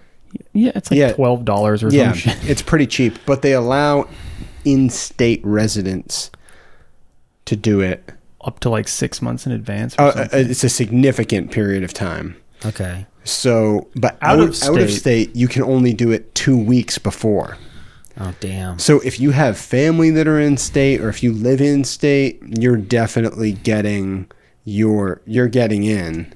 E: Yeah, it's like
C: Yeah.
E: twelve dollars or
C: Yeah,
E: <laughs> something.
C: it's pretty cheap, but they allow in-state residents to do it.
E: Up to like six months in advance or
C: Uh, uh,
E: something.
C: it's a significant period of time.
A: Okay.
C: So, but out,
E: Out of
C: of, out of
E: state.
C: state, you can only do it two weeks before.
A: Oh damn.
C: So, if you have family that are in state, or if you live in state, you're definitely getting your you're getting in,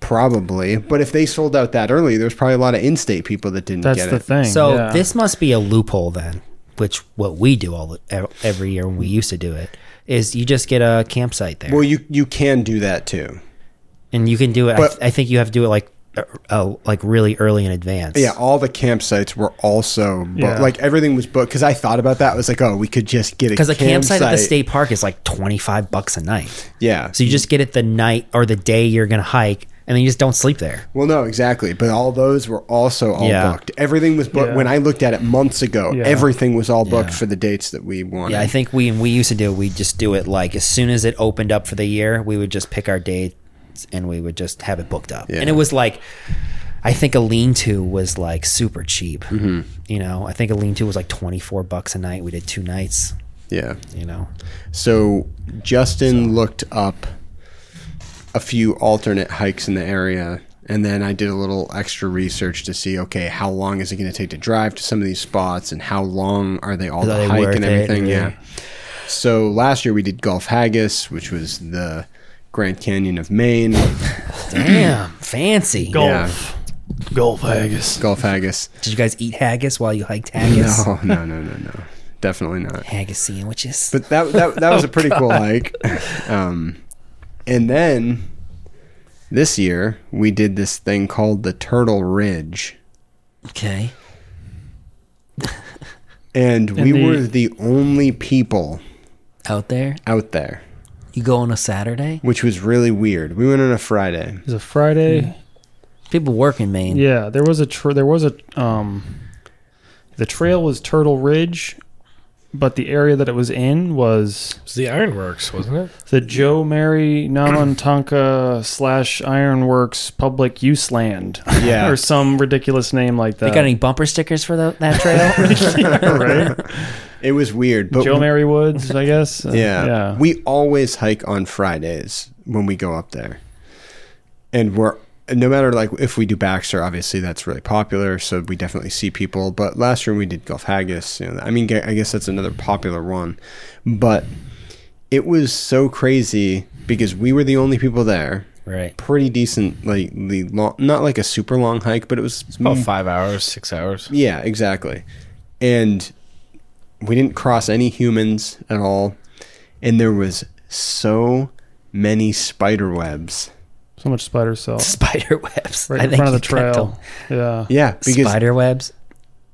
C: probably. But if they sold out that early, there's probably a lot of in-state people that didn't
E: That's
C: get
E: the
C: it.
E: thing.
A: So
E: yeah.
A: this must be a loophole then, which what we do all the- every year when we used to do it is you just get a campsite there
C: Well, you you can do that too.
A: and you can do it. I,
C: but-
A: I think you have to do it like uh, uh, like really early in advance.
C: Yeah, all the campsites were also booked.
E: Yeah.
C: Like everything was booked because I thought about that. I was like, oh, we could just get a
A: because a campsite at the
C: campsite. Mm-hmm.
A: state park is like twenty five bucks a night.
C: Yeah.
A: So you just get it the night or the day you're gonna hike, and then you just don't sleep there.
C: well, no, exactly. But all those were also all
A: Yeah.
C: booked. Everything was booked.
E: Yeah.
C: When I looked at it months ago,
E: Yeah.
C: everything was all booked for the dates that we wanted.
A: Yeah, I think we we used to do we just do it like as soon as it opened up for the year, we would just pick our dates and we would just have it booked up.
C: Yeah.
A: And it was like I think a lean to was like super cheap.
C: Mm-hmm.
A: You know, I think a lean to was like twenty four bucks a night. We did two nights.
C: yeah.
A: You
C: <clears throat>
A: know,
C: So Justin looked up a few alternate hikes in the area, and then I did a little extra research to see okay, how long is it going to take to drive to some of these spots, and how long are they all
A: Are they
C: to hike
A: worth
C: and
A: it?
C: everything?
A: Yeah.
C: Yeah. So last year we did Gulf Haggis, which was the Grand Canyon of Maine.
A: <laughs> damn fancy.
E: Golf. Golf Haggis.
C: Gulf Haggis.
A: Did you guys eat haggis while you hiked haggis?
C: No, no, no, no, no. Definitely not.
A: Haggis sandwiches.
C: But that that, that was a pretty cool hike. Um, and then this year we did this thing called the Turtle Ridge,
A: okay.
C: and we
E: the-
C: were the only people
A: Out there,
C: out there,
A: you go on a Saturday.
C: which was really weird. We went on a Friday.
E: Is it Friday?
A: People work in Maine.
E: Mm. Yeah, there was a tra- there was a um, the trail was Turtle Ridge, but the area that it was in was
B: It's the Ironworks, wasn't it?
E: the Joe Mary Namantanka slash Ironworks Public Use Land, <laughs>
C: Yeah.
E: or some ridiculous name like that.
A: They got any bumper stickers for tho- that trail?
E: right?
C: It was weird, but
E: Joe Mary Woods, I guess. Uh,
C: <laughs> yeah,
E: yeah.
C: we always hike on Fridays when we go up there, and we're. No matter like if we do Baxter, obviously that's really popular, so we definitely see people. But last year we did Gulf Haggis. You know, I mean, I guess that's another popular one. but it was so crazy because we were the only people there.
A: right.
C: Pretty decent, like the long, not like a super long hike, but it was
B: About Oh, five hours, six hours.
C: yeah, exactly. And we didn't cross any humans at all, and there was so many spider webs.
E: so much spider cell
A: Spider webs.
E: right in front of the
A: you cut
E: trail. Yeah.
C: Yeah,
A: them.
C: because
A: Spider webs. <laughs>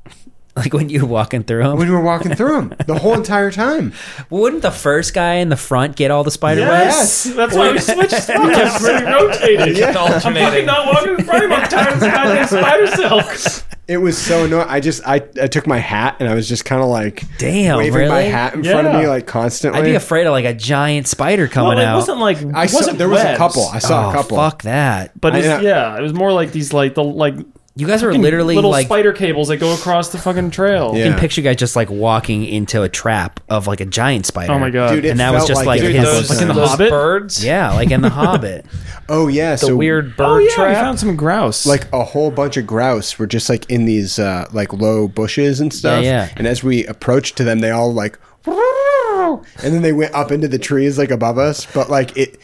A: Like when you're walking through them.
C: when <laughs> we were walking through them the whole entire time.
A: Wouldn't the first guy in the front get all the spider
C: Yes.
D: That's why we
C: <laughs>
D: switched spots. We rotated.
C: Yeah.
D: I'm fucking not walking in front of him. I'm tired of this goddamn spider silk.
C: It was so annoying. I just I, I took my hat and I was just kind of like
A: webs? Damn,
C: waving
A: really?
C: my hat in front of
E: Yeah.
C: me like constantly.
A: I'd be afraid of like a giant spider
D: Well,
A: coming
D: it
A: out.
D: wasn't like
C: I
D: it
C: saw,
D: wasn't
C: there was a
D: webs.
C: couple. I saw
A: Oh,
C: a couple.
A: Fuck that.
E: But it's,
C: I-
E: yeah, it was more like these like the like
A: You guys were
E: fucking
A: literally
E: little
A: like
E: spider cables that go across the fucking trail.
A: you
C: Yeah.
A: can picture you guys just like walking into a trap of like a giant spider.
E: Oh my god.
C: Dude, it
A: And that was
C: felt
A: just like
C: it
B: Dude,
A: his-
B: those,
A: <laughs>
E: Like in The
B: those
E: Hobbit?
B: birds.
A: Yeah, like in
B: <laughs>
A: The Hobbit.
C: Oh yeah,
B: The
C: so
B: weird bird
E: oh yeah, we
B: trap.
E: found some grouse.
C: like a whole bunch of grouse were just like in these uh, like low bushes and stuff.
A: Yeah, yeah.
C: And as we approached to them, they all like, and then they went up into the trees like above us. But like it,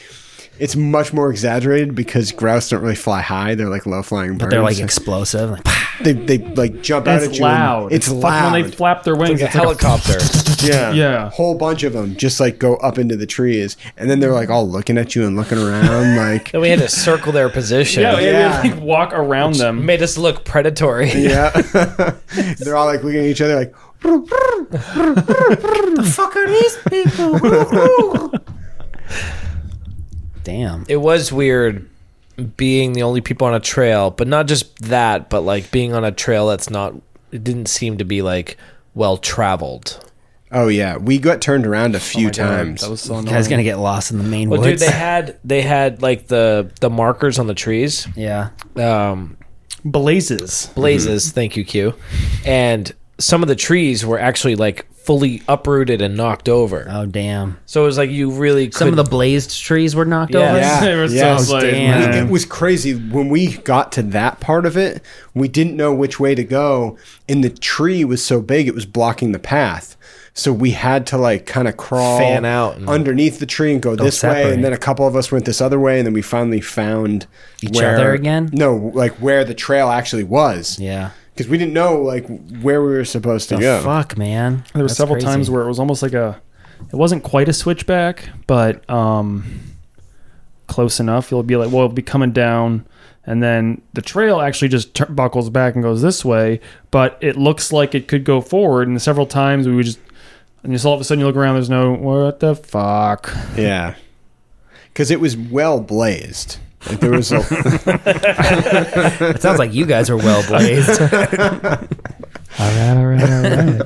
C: it's much more exaggerated because grouse don't really fly high. They're like low flying birds.
A: But they're like explosive. Like,
C: they, they like jump
E: And
C: out at
E: it's
C: you. and
E: loud.
C: It's
E: Fuck,
C: loud.
E: when they flap their wings.
B: Like a
E: it's like
B: <laughs>
E: a-
B: helicopter.
C: yeah.
E: <laughs> Yeah.
C: Whole bunch of them just like go up into the trees, and then they're like all looking at you and looking around like. <laughs>
B: Then we had to circle their position.
E: yeah, yeah,
C: Yeah.
E: we like walk around them.
B: Made us look predatory.
C: Yeah, <laughs> they're all like looking at each other, like
A: fuck are these people?
B: <laughs>
A: Damn.
B: It was weird being the only people on a trail, but not just that, but like being on a trail that's not. It didn't seem to be like well traveled.
C: Oh yeah, we got turned around a few times.
E: That was so
A: Guy's
E: annoying.
A: gonna get lost in the main
B: Well, dude,
A: woods.
B: they had they had like the the markers on the trees,
A: <laughs> yeah.
B: um,
E: Blazes.
B: blazes.
A: Mm-hmm.
B: Thank you, Q. And some of the trees were actually like fully uprooted and knocked over.
A: Oh damn.
B: So it was like you really could,
A: Some of the blazed trees were knocked
B: Yeah.
A: over.
C: Yeah.
E: <laughs> They were
C: Yes,
E: so blazed,
A: damn.
E: man.
C: it was crazy when we got to that part of it. We didn't know which way to go, and the tree was so big it was blocking the path. So we had to like kind of crawl
B: Fan out and-
C: underneath the tree and go this way,
A: separate.
C: and then a couple of us went this other way, and then we finally found each
A: other again?
C: No, like where the trail actually was.
A: Yeah.
C: because we didn't know like where we were supposed to
A: The
C: go.
A: fuck, man.
E: There were several times where it was almost like a, it wasn't quite a switchback, but um, close enough, you'll be like, well, it'll be coming down. And then the trail actually just tur buckles back and goes this way, but it looks like it could go forward. And several times we would just, and just all of a sudden you look around, there's no, what the fuck?
C: Yeah. Because it was well blazed. Like there was a,
A: It sounds like you guys are well
B: <laughs>
A: blazed.
F: All right, all right, all
E: <laughs>
F: right.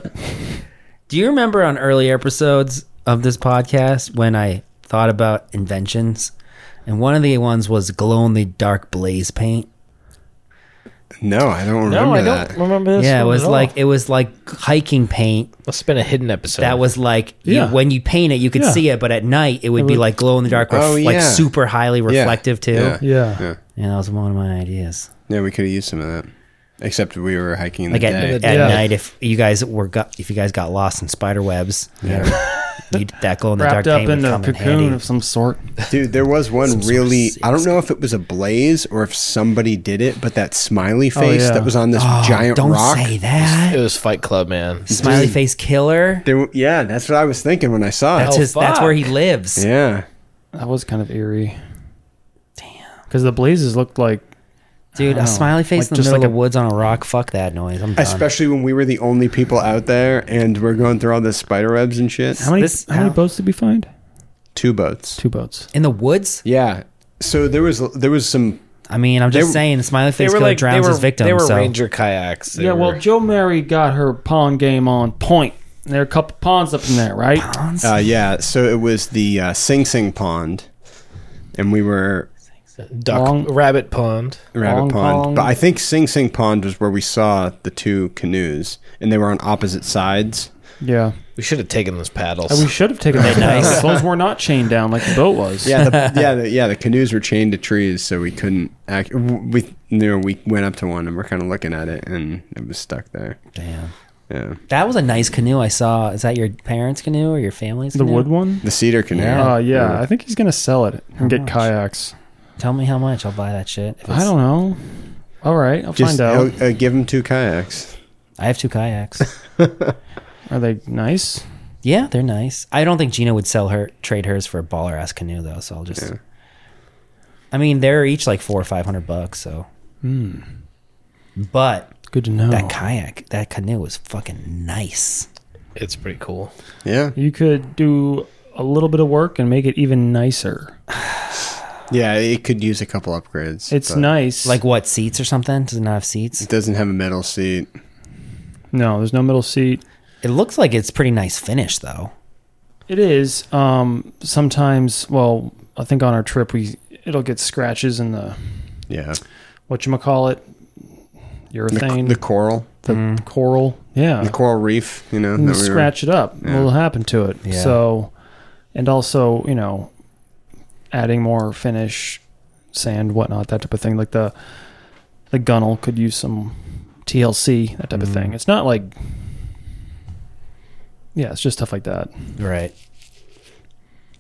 A: Do you remember on early episodes of this podcast when I thought about inventions? And one of the ones was glow in the dark blaze paint.
C: no, I don't remember
B: No, I
C: that.
B: don't remember this.
A: yeah, it
B: one
A: was
B: at all.
A: like it was like hiking paint
B: Must have been a hidden episode.
A: that was like you-
E: Yeah.
A: when you paint it you could
E: Yeah.
A: see it, but at night it would be
E: would-
A: like glow in the dark, ref-
C: Oh,
A: like
C: yeah.
A: super highly reflective too.
C: Yeah.
A: Yeah.
E: Yeah.
C: Yeah.
A: that was one of my ideas.
C: Yeah, we could have used some of that. Except we were hiking in the
A: Like at,
C: day.
A: at
B: Yeah.
A: night, if you guys were got, if you guys got lost in spider webs, you
E: <laughs>
A: gotta- you'd- that glow in the dark
E: Wrapped up
A: paint would
E: in a
A: come in
E: cocoon
A: handy.
E: of some sort.
C: <laughs> Dude, there was one
A: sort of
C: really. I don't
A: six.
C: know if it was a blaze or if somebody did it, but that smiley
E: Oh,
C: face
E: yeah.
C: that was on this
A: Oh,
C: giant
A: don't
C: rock.
A: say
B: It
A: that.
B: was Fight Club, man.
A: Smiley face killer.
C: There, w- yeah, that's what I was thinking when I saw
A: That's
C: it.
B: Oh,
A: his. That's
B: fuck.
A: where he lives.
C: Yeah,
E: That was kind of eerie. Damn. Because the blazes looked like
A: Dude,
E: Oh.
A: a smiley face
E: Like,
A: in the
E: just
A: middle
E: like
A: of
E: a-
A: the woods on a rock. Fuck that noise. I'm done.
C: especially when we were the only people out there and we're going through all the spider webs and shit.
E: how many
A: This-
E: how many
A: how-
E: boats did we find?
C: Two boats.
E: Two boats.
A: in the woods.
C: Yeah. So there was there was some.
A: I mean, I'm just
C: They-
A: saying, the smiley
B: They
A: face
B: were
A: killer
B: like they
A: drowns
B: were,
A: his victim.
B: They were
A: so
B: ranger kayaks. They
E: yeah, well,
B: were-
E: Joe Mary got her pawn game on point. There are a couple pawns up in there, right?
C: Uh, yeah. So it was the uh, Sing Sing Pond, and we were
B: duck
E: Long-
B: rabbit pond.
C: Rabbit
E: Long
C: Pond.
E: Pond.
C: But I think Sing Sing Pond was where we saw the two canoes, and they were on opposite sides.
E: Yeah,
B: We should have taken those paddles.
E: and we should
A: <laughs>
E: have taken that nice. Those were not chained down like the boat was.
C: Yeah, the, <laughs> yeah, the, yeah. The canoes were chained to trees, so we couldn't act. w- We knew we went up to one, and we're kind of looking at it, and it was stuck there.
A: damn,
C: Yeah,
A: that was a nice canoe I saw. Is that your parents' canoe or your family's?
E: the
A: canoe?
E: wood one.
C: the cedar canoe.
E: Uh, yeah, I think he's gonna sell it and get
A: much?
E: kayaks.
A: Tell me how much. I'll buy that shit. If
E: I
A: it's-
E: don't know. All right, I'll
C: Just
E: find out.
C: uh, uh, give him two kayaks.
A: I have two
E: <laughs>
A: kayaks.
E: Are they nice?
A: yeah, they're nice. I don't think Gina would sell her trade hers for a baller ass canoe though. So I'll just. I mean, they're each like four or five hundred bucks. So.
E: Hmm.
A: But
E: Good to know.
A: that kayak, that canoe was fucking nice.
B: it's pretty cool.
C: Yeah,
E: you could do a little bit of work and make it even nicer.
C: yeah. It could use a couple upgrades.
E: It's
C: but
E: nice.
A: Like what seats or something? Does it not have seats?
C: It doesn't have a metal seat.
E: no, there's no middle seat.
A: It looks like it's pretty nice finish though.
E: It is. Um, sometimes, well, I think on our trip we it'll get scratches in the
C: Yeah,
E: what you call it
C: the,
E: urethane,
C: the
E: the,
C: coral,
E: coral. Yeah,
C: the coral reef. You know,
E: And
C: that we were-
E: Mm, scratch it up.
C: Yeah.
E: What'll happen to it?
A: Yeah.
E: So, and also, you know, adding more finish, sand, whatnot, that type of thing. Like the the gunnel could use some TLC, that type of thing. It's not like, yeah, it's just stuff like that.
A: Right.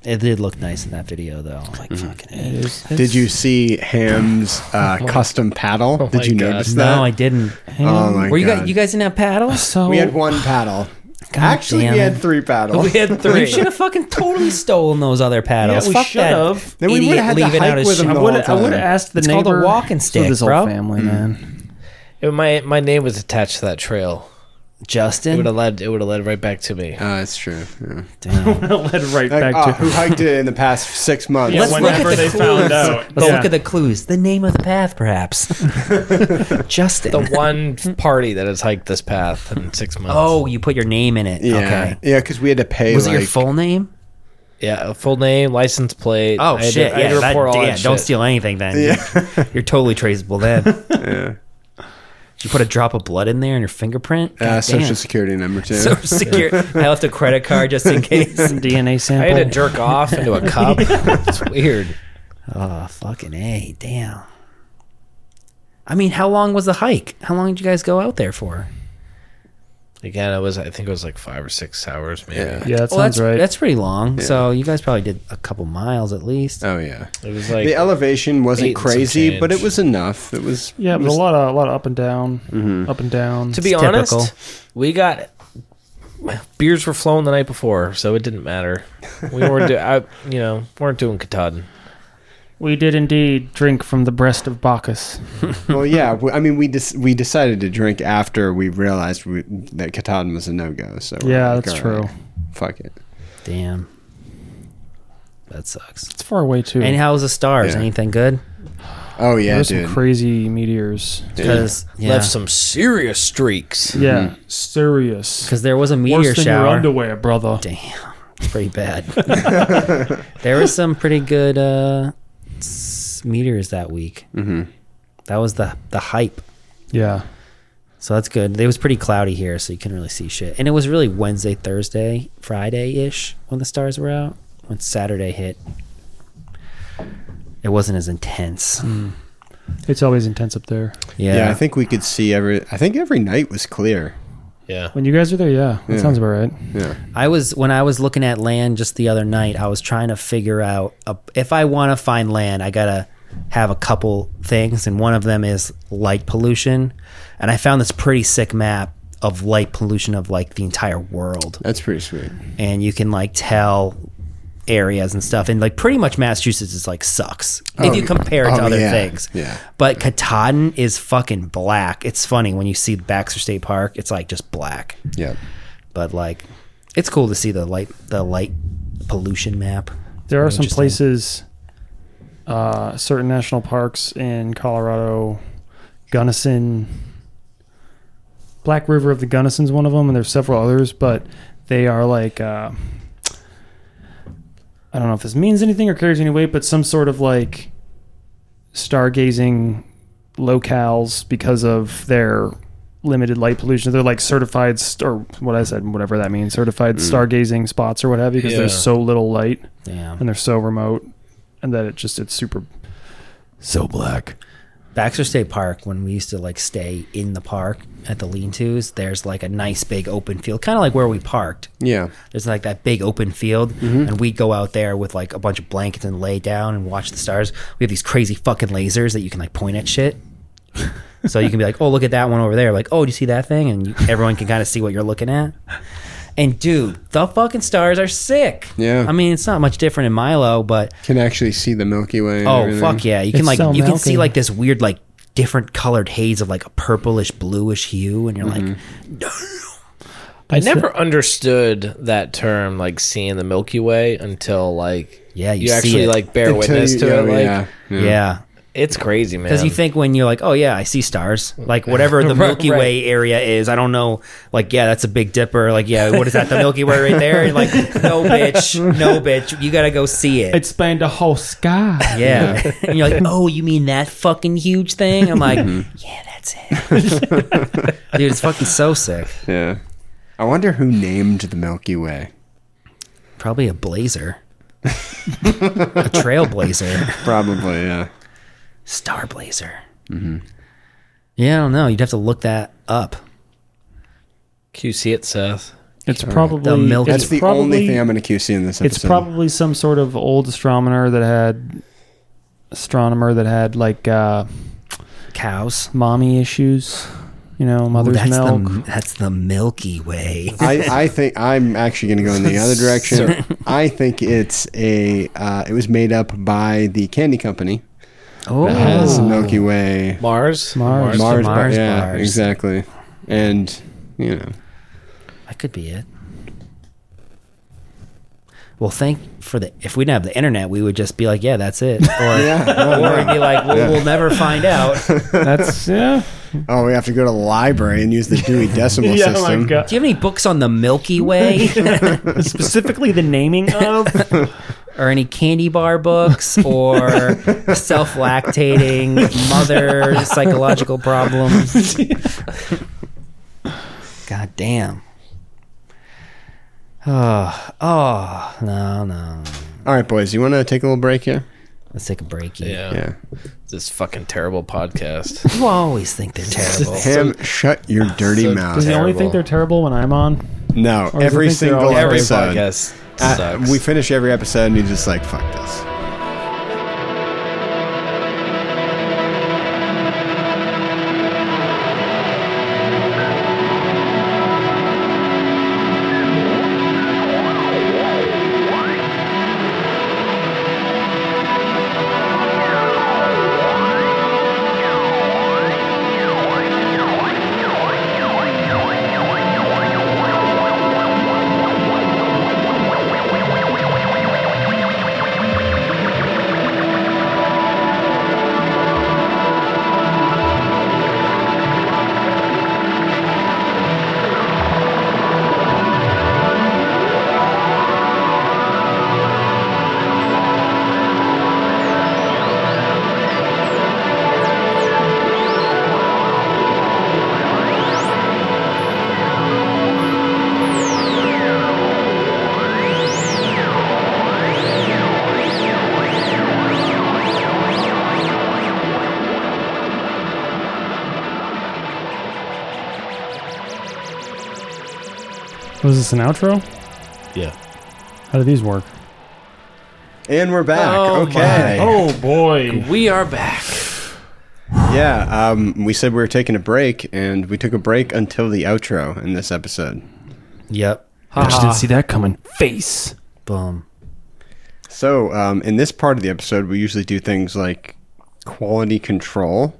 A: It did look nice in that video though. I was like
E: Mm-hmm.
A: fucking A.
C: Did you see Ham's uh, custom paddle? Did
B: my
C: you
B: God.
C: notice that?
A: Uh, No, I didn't.
C: Oh my
A: Were you
C: god!
A: guys you guys didn't have
C: <laughs>
A: paddles?
E: So
C: we had one paddle. Actually,
A: damn
C: we
A: it.
C: had three paddles.
B: <laughs>
A: We had three. We should have fucking totally stolen those other paddles.
E: Yeah, we
A: Fuck
E: should
A: that.
E: have.
C: Then we
A: idiot
C: would've had to
A: leaving
C: hike
A: out his
C: with
A: shit.
C: him
E: I
C: the
E: would
C: whole
E: I would
C: time. Mm.
E: have asked the
A: It's called a
E: neighbor.
A: walking
E: So
A: stick,
E: this whole
A: bro.
E: family, <laughs> man.
B: It- my my name was attached to that trail. It would
A: Justin.
B: have led. It would have led right back
A: <laughs>
B: to me.
C: Uh, that's true. Yeah.
A: Damn.
E: Led right
C: Like,
E: back
C: oh,
E: to
C: who hiked it in the past six months?
A: Let's look at
D: whenever
A: the
D: they
A: clues.
D: found out.
A: Let's
E: Yeah.
A: look at the clues. The name of the path,
C: <laughs>
A: perhaps. Justin.
B: The one party that has hiked this path in six months.
A: <laughs> oh, you put your name in it.
C: yeah,
A: Okay.
C: yeah, because we had to pay.
A: Was it your
C: like-
A: full name?
B: yeah, a full name, license plate.
A: Oh
B: I had to-
A: shit!
B: I had
A: yeah,
B: to
A: that-
B: report all
A: yeah,
B: that
A: don't
B: shit.
A: steal anything then.
C: Yeah.
A: You're, you're totally traceable then.
C: <laughs>
A: You put a drop of blood in there and your fingerprint.
C: Uh,
A: God
C: social
A: damn. <laughs>
C: security number too.
A: Social
C: <laughs>
A: Security. I left a credit card just in case.
E: some DNA
B: I
E: sample.
B: had to jerk off into a cup. It's weird.
A: oh fucking a damn. I mean, how long was the hike? How long did you guys go out there for?
B: Again, it was. I think it was like five or six hours, maybe.
C: Yeah.
E: yeah, that
A: Well,
E: sounds
A: that's
E: right.
A: That's pretty long. So you guys probably did a couple miles at least.
C: oh yeah,
B: It was like
C: the elevation wasn't
B: eight and some
C: crazy,
B: change.
C: but it was enough. It was
E: Yeah,
C: it
E: but a
C: was-
E: lot of a lot of up and down,
C: Mm-hmm.
E: up and down.
B: To be
A: It's
B: honest,
A: typical.
B: we got beers were flown the night before, so it didn't matter. We weren't, do, I, you know, weren't doing Katahdin.
F: We did indeed drink from the breast of Bacchus.
C: <laughs> well, yeah. w- I mean, we dis- we decided to drink after we realized we- that Catan was a no go. So we're
E: Yeah,
C: like,
E: that's
C: "All
E: true.
C: right, Fuck it.
A: Damn. That sucks.
E: It's far away too.
A: And how's the stars?
C: Yeah.
A: Anything good?
C: Oh yeah,
E: There's
C: dude.
E: some crazy meteors.
A: Because
B: Left some serious streaks.
C: Mm-hmm.
E: Yeah, serious.
A: there was a meteor
E: Worse than
A: shower.
E: your underwear, brother.
A: <laughs> Damn, it's pretty
E: <laughs>
A: bad. <laughs> there was some pretty good uh, s- meteors that week. Mm-hmm. That was the the hype.
E: Yeah,
A: So that's good. It was pretty cloudy here, so you couldn't really see shit. And it was really Wednesday, Thursday, Friday ish when the stars were out. When Saturday hit, it wasn't as intense.
E: it's always intense up there.
A: Yeah.
C: Mm. yeah. I think we could see every. I think every night was clear.
B: Yeah.
E: When you guys are there, yeah, that
C: Yeah.
E: sounds about right.
C: Yeah.
A: I was when I was looking at land just the other night. I was trying to figure out a, if I want to find land, I gotta have a couple things, and one of them is light pollution. And I found this pretty sick map of light pollution of like the entire world,
C: That's pretty sweet.
A: and you can like tell areas and stuff. And like pretty much Massachusetts is like sucks if you compare it to
C: oh,
A: other
C: yeah,
A: things.
C: yeah.
A: But Katahdin is fucking black. It's funny when you see Baxter State Park; it's like just black
C: Yeah.
A: but like it's cool to see the light the light pollution map
E: There are some
A: Interesting.
E: places, uh, certain national parks in Colorado, Gunnison, Black River of the Gunnison's one of them, and there's several others, but they are like, uh, I don't know if this means anything or carries any weight, but some sort of like stargazing locales because of their limited light pollution. They're like certified, st- or what I said, whatever that means, certified stargazing spots or what have you, because
B: Yeah.
E: there's so little light
A: yeah
E: and they're so remote and that it just it's super so black
A: baxter state park when we used to like stay in the park at the lean-tos there's like a nice big open field kind of like where we parked
C: Yeah.
A: there's like that big open field
C: Mm-hmm.
A: and we go out there with like a bunch of blankets and lay down and watch the stars we have these crazy fucking lasers that you can like point at
C: <laughs>
A: shit so you can be like oh look at that one over there like oh do you see that thing and you, everyone can kind of see what you're looking at and dude the fucking stars are sick
C: Yeah.
A: i mean it's not much different in milo but
C: Can actually see the Milky Way. and
A: Oh
C: everything.
A: fuck yeah! You can
F: It's
A: like
F: so
A: you can see
F: milky.
A: like this weird like different colored haze of like a purplish bluish hue, and you're like,
C: Mm-hmm.
B: I never understood that term, like seeing the Milky Way, until like
A: Yeah, you
B: you,
A: see
B: actually
A: it.
B: like bear
C: Until
B: witness
C: you-
B: to
C: yeah,
B: it. Like
C: yeah.
A: yeah,
B: it's crazy, man.
A: because you think when you're like, oh yeah, I see stars, like
B: <laughs>
A: whatever the
B: Right,
A: Milky
B: right.
A: Way area is, I don't know, like yeah, that's a Big Dipper, like yeah, what is that, the Milky Way right there? And
B: <laughs>
A: like no bitch, no bitch, you gotta go see it.
F: spanned the whole sky.
A: yeah, <laughs> and you're like, oh, you mean that fucking huge thing? I'm like,
B: Mm-hmm.
A: yeah, that's it, <laughs> dude. It's fucking so sick.
C: Yeah. I wonder who named the Milky Way.
A: Probably a blazer, a trailblazer.
C: Probably. Yeah.
A: Star Blazer.
B: Mm-hmm.
A: Yeah, I don't know. You'd have to look that up.
B: QC it, Seth.
E: it's probably
A: The milk-
E: it's
C: That's the
E: probably,
C: only thing I'm going to QC in this episode.
E: it's probably some sort of old astronomer that had astronomer that had like uh
A: Cows.
E: mommy issues you know
A: Ooh,
E: mother's
A: that's
E: milk
A: the that's the Milky Way.
C: I, I think I'm actually going to go in
E: <laughs>
C: the other direction. I think it's a. Uh, it was made up by the candy company
A: <laughs> Oh,
C: that has Milky Way
B: Mars.
E: Mars.
C: Mars. bar-
A: Mars
C: yeah,
A: bars.
C: exactly. And you <laughs> know,
A: that could be it. Well, thank for the. If we didn't have the internet, we would just be like, <laughs> yeah, that's it, or,
C: yeah.
A: or we'd be like, well, we'll never find out. Do
E: that's yeah
C: Oh, we have to go to the library and use the
E: <laughs>
C: Dewey Decimal
E: yeah uh,
C: System.
E: my god
A: you have any books on the Milky <laughs> Way,
E: <laughs> specifically the naming of
A: or any candy bar
B: <laughs>
A: books, or self-lactating mother psychological problems? God damn. <sighs> Oh, oh, no, no.
C: All right, boys, you want to take a little break here?
A: Let's take a break. here.
B: Yeah.
C: Yeah.
B: This fucking
A: <laughs>
B: terrible podcast.
A: People always think they're terrible.
B: <laughs>
C: Ham, shit your dirty
B: so
C: mouth.
E: does he only
B: Terrible.
E: think they're terrible when i'm on
C: No,
E: does he
C: every
E: think they're
C: single
E: all-
B: Every
C: episode.
B: podcast
C: Uh,
B: sucks.
C: we finish every episode and he's just like, fuck this.
E: Was this an outro?
B: Yeah.
E: How do these work?
C: And we're back.
B: Oh,
C: okay.
D: Oh boy.
B: We are back.
C: Yeah. Um, we said we were taking a break, and we took a break until the outro in this episode.
A: Yep.
F: I just
C: Ah.
F: didn't see that coming. Face.
A: Boom.
C: So, um, in this part of the episode, we usually do things like quality control.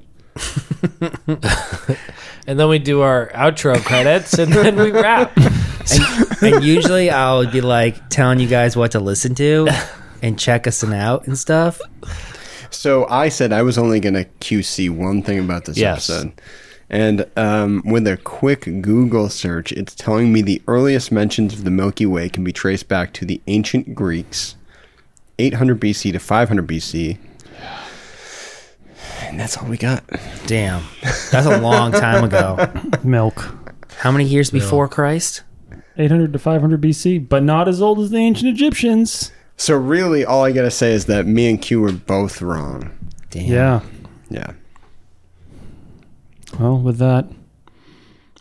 B: And then we do our outro credits and then we wrap.
A: <laughs> and usually I would be like telling you guys what to listen
B: <laughs>
A: to and check us out and stuff.
C: So I said I was only going to QC one thing about this
B: Yes.
C: episode. And um, with a quick Google search, it's telling me the earliest mentions of the Milky Way can be traced back to the ancient Greeks, 800 BC to 500 BC. And that's all we got.
A: Damn. That's a long time ago.
E: <laughs> Milk.
A: How many years before Christ?
E: 800 to 500 BC, but not as old as the ancient Egyptians.
C: So, really, all I got to say is that me and Q were both wrong.
A: Damn.
E: Yeah.
C: Yeah.
F: Well, with that,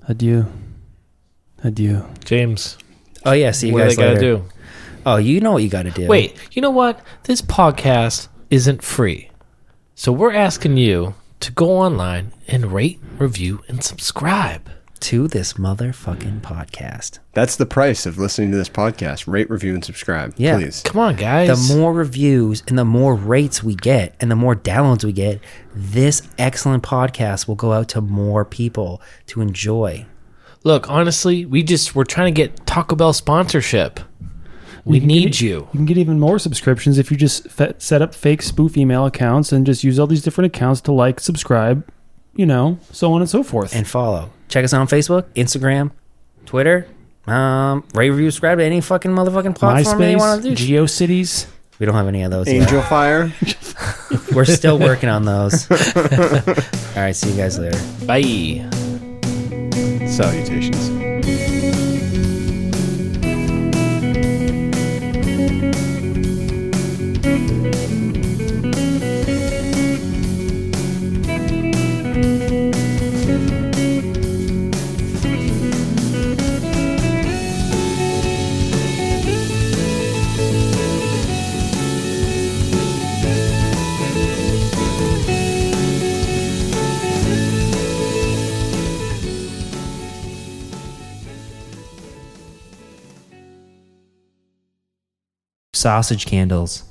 F: adieu. Adieu.
B: James,
A: Oh yeah, see you
B: what do
A: guys
B: they got to
A: later.
B: do?
A: Oh, you know what you got to do.
B: Wait, you know what? This podcast isn't free. So we're asking you to go online and rate, review, and subscribe.
A: to this motherfucking podcast.
C: That's the price of listening to this podcast. Rate, review, and subscribe,
A: Yeah.
C: please.
B: Come on,
A: The
B: guys.
A: more reviews and the more rates we get and the more downloads we get, this excellent podcast will go out to more people to enjoy.
B: Look, honestly, we just we're trying to get Taco Bell sponsorship. We
E: can
B: need
E: get-
B: you.
E: You can get even more subscriptions if you just fe- set up fake spoof email accounts and just use all these different accounts to like, subscribe, you know, so on and so forth.
A: and follow. Check us out on Facebook, Instagram, Twitter. Um, rate, review, subscribe to any fucking motherfucking platform that you want to do.
E: MySpace, GeoCities.
A: we don't have any of those. Yet.
C: Angel Fire.
A: We're still working on those. <laughs> All right, see you guys later.
B: Bye.
C: Salutations.
A: Sausage candles.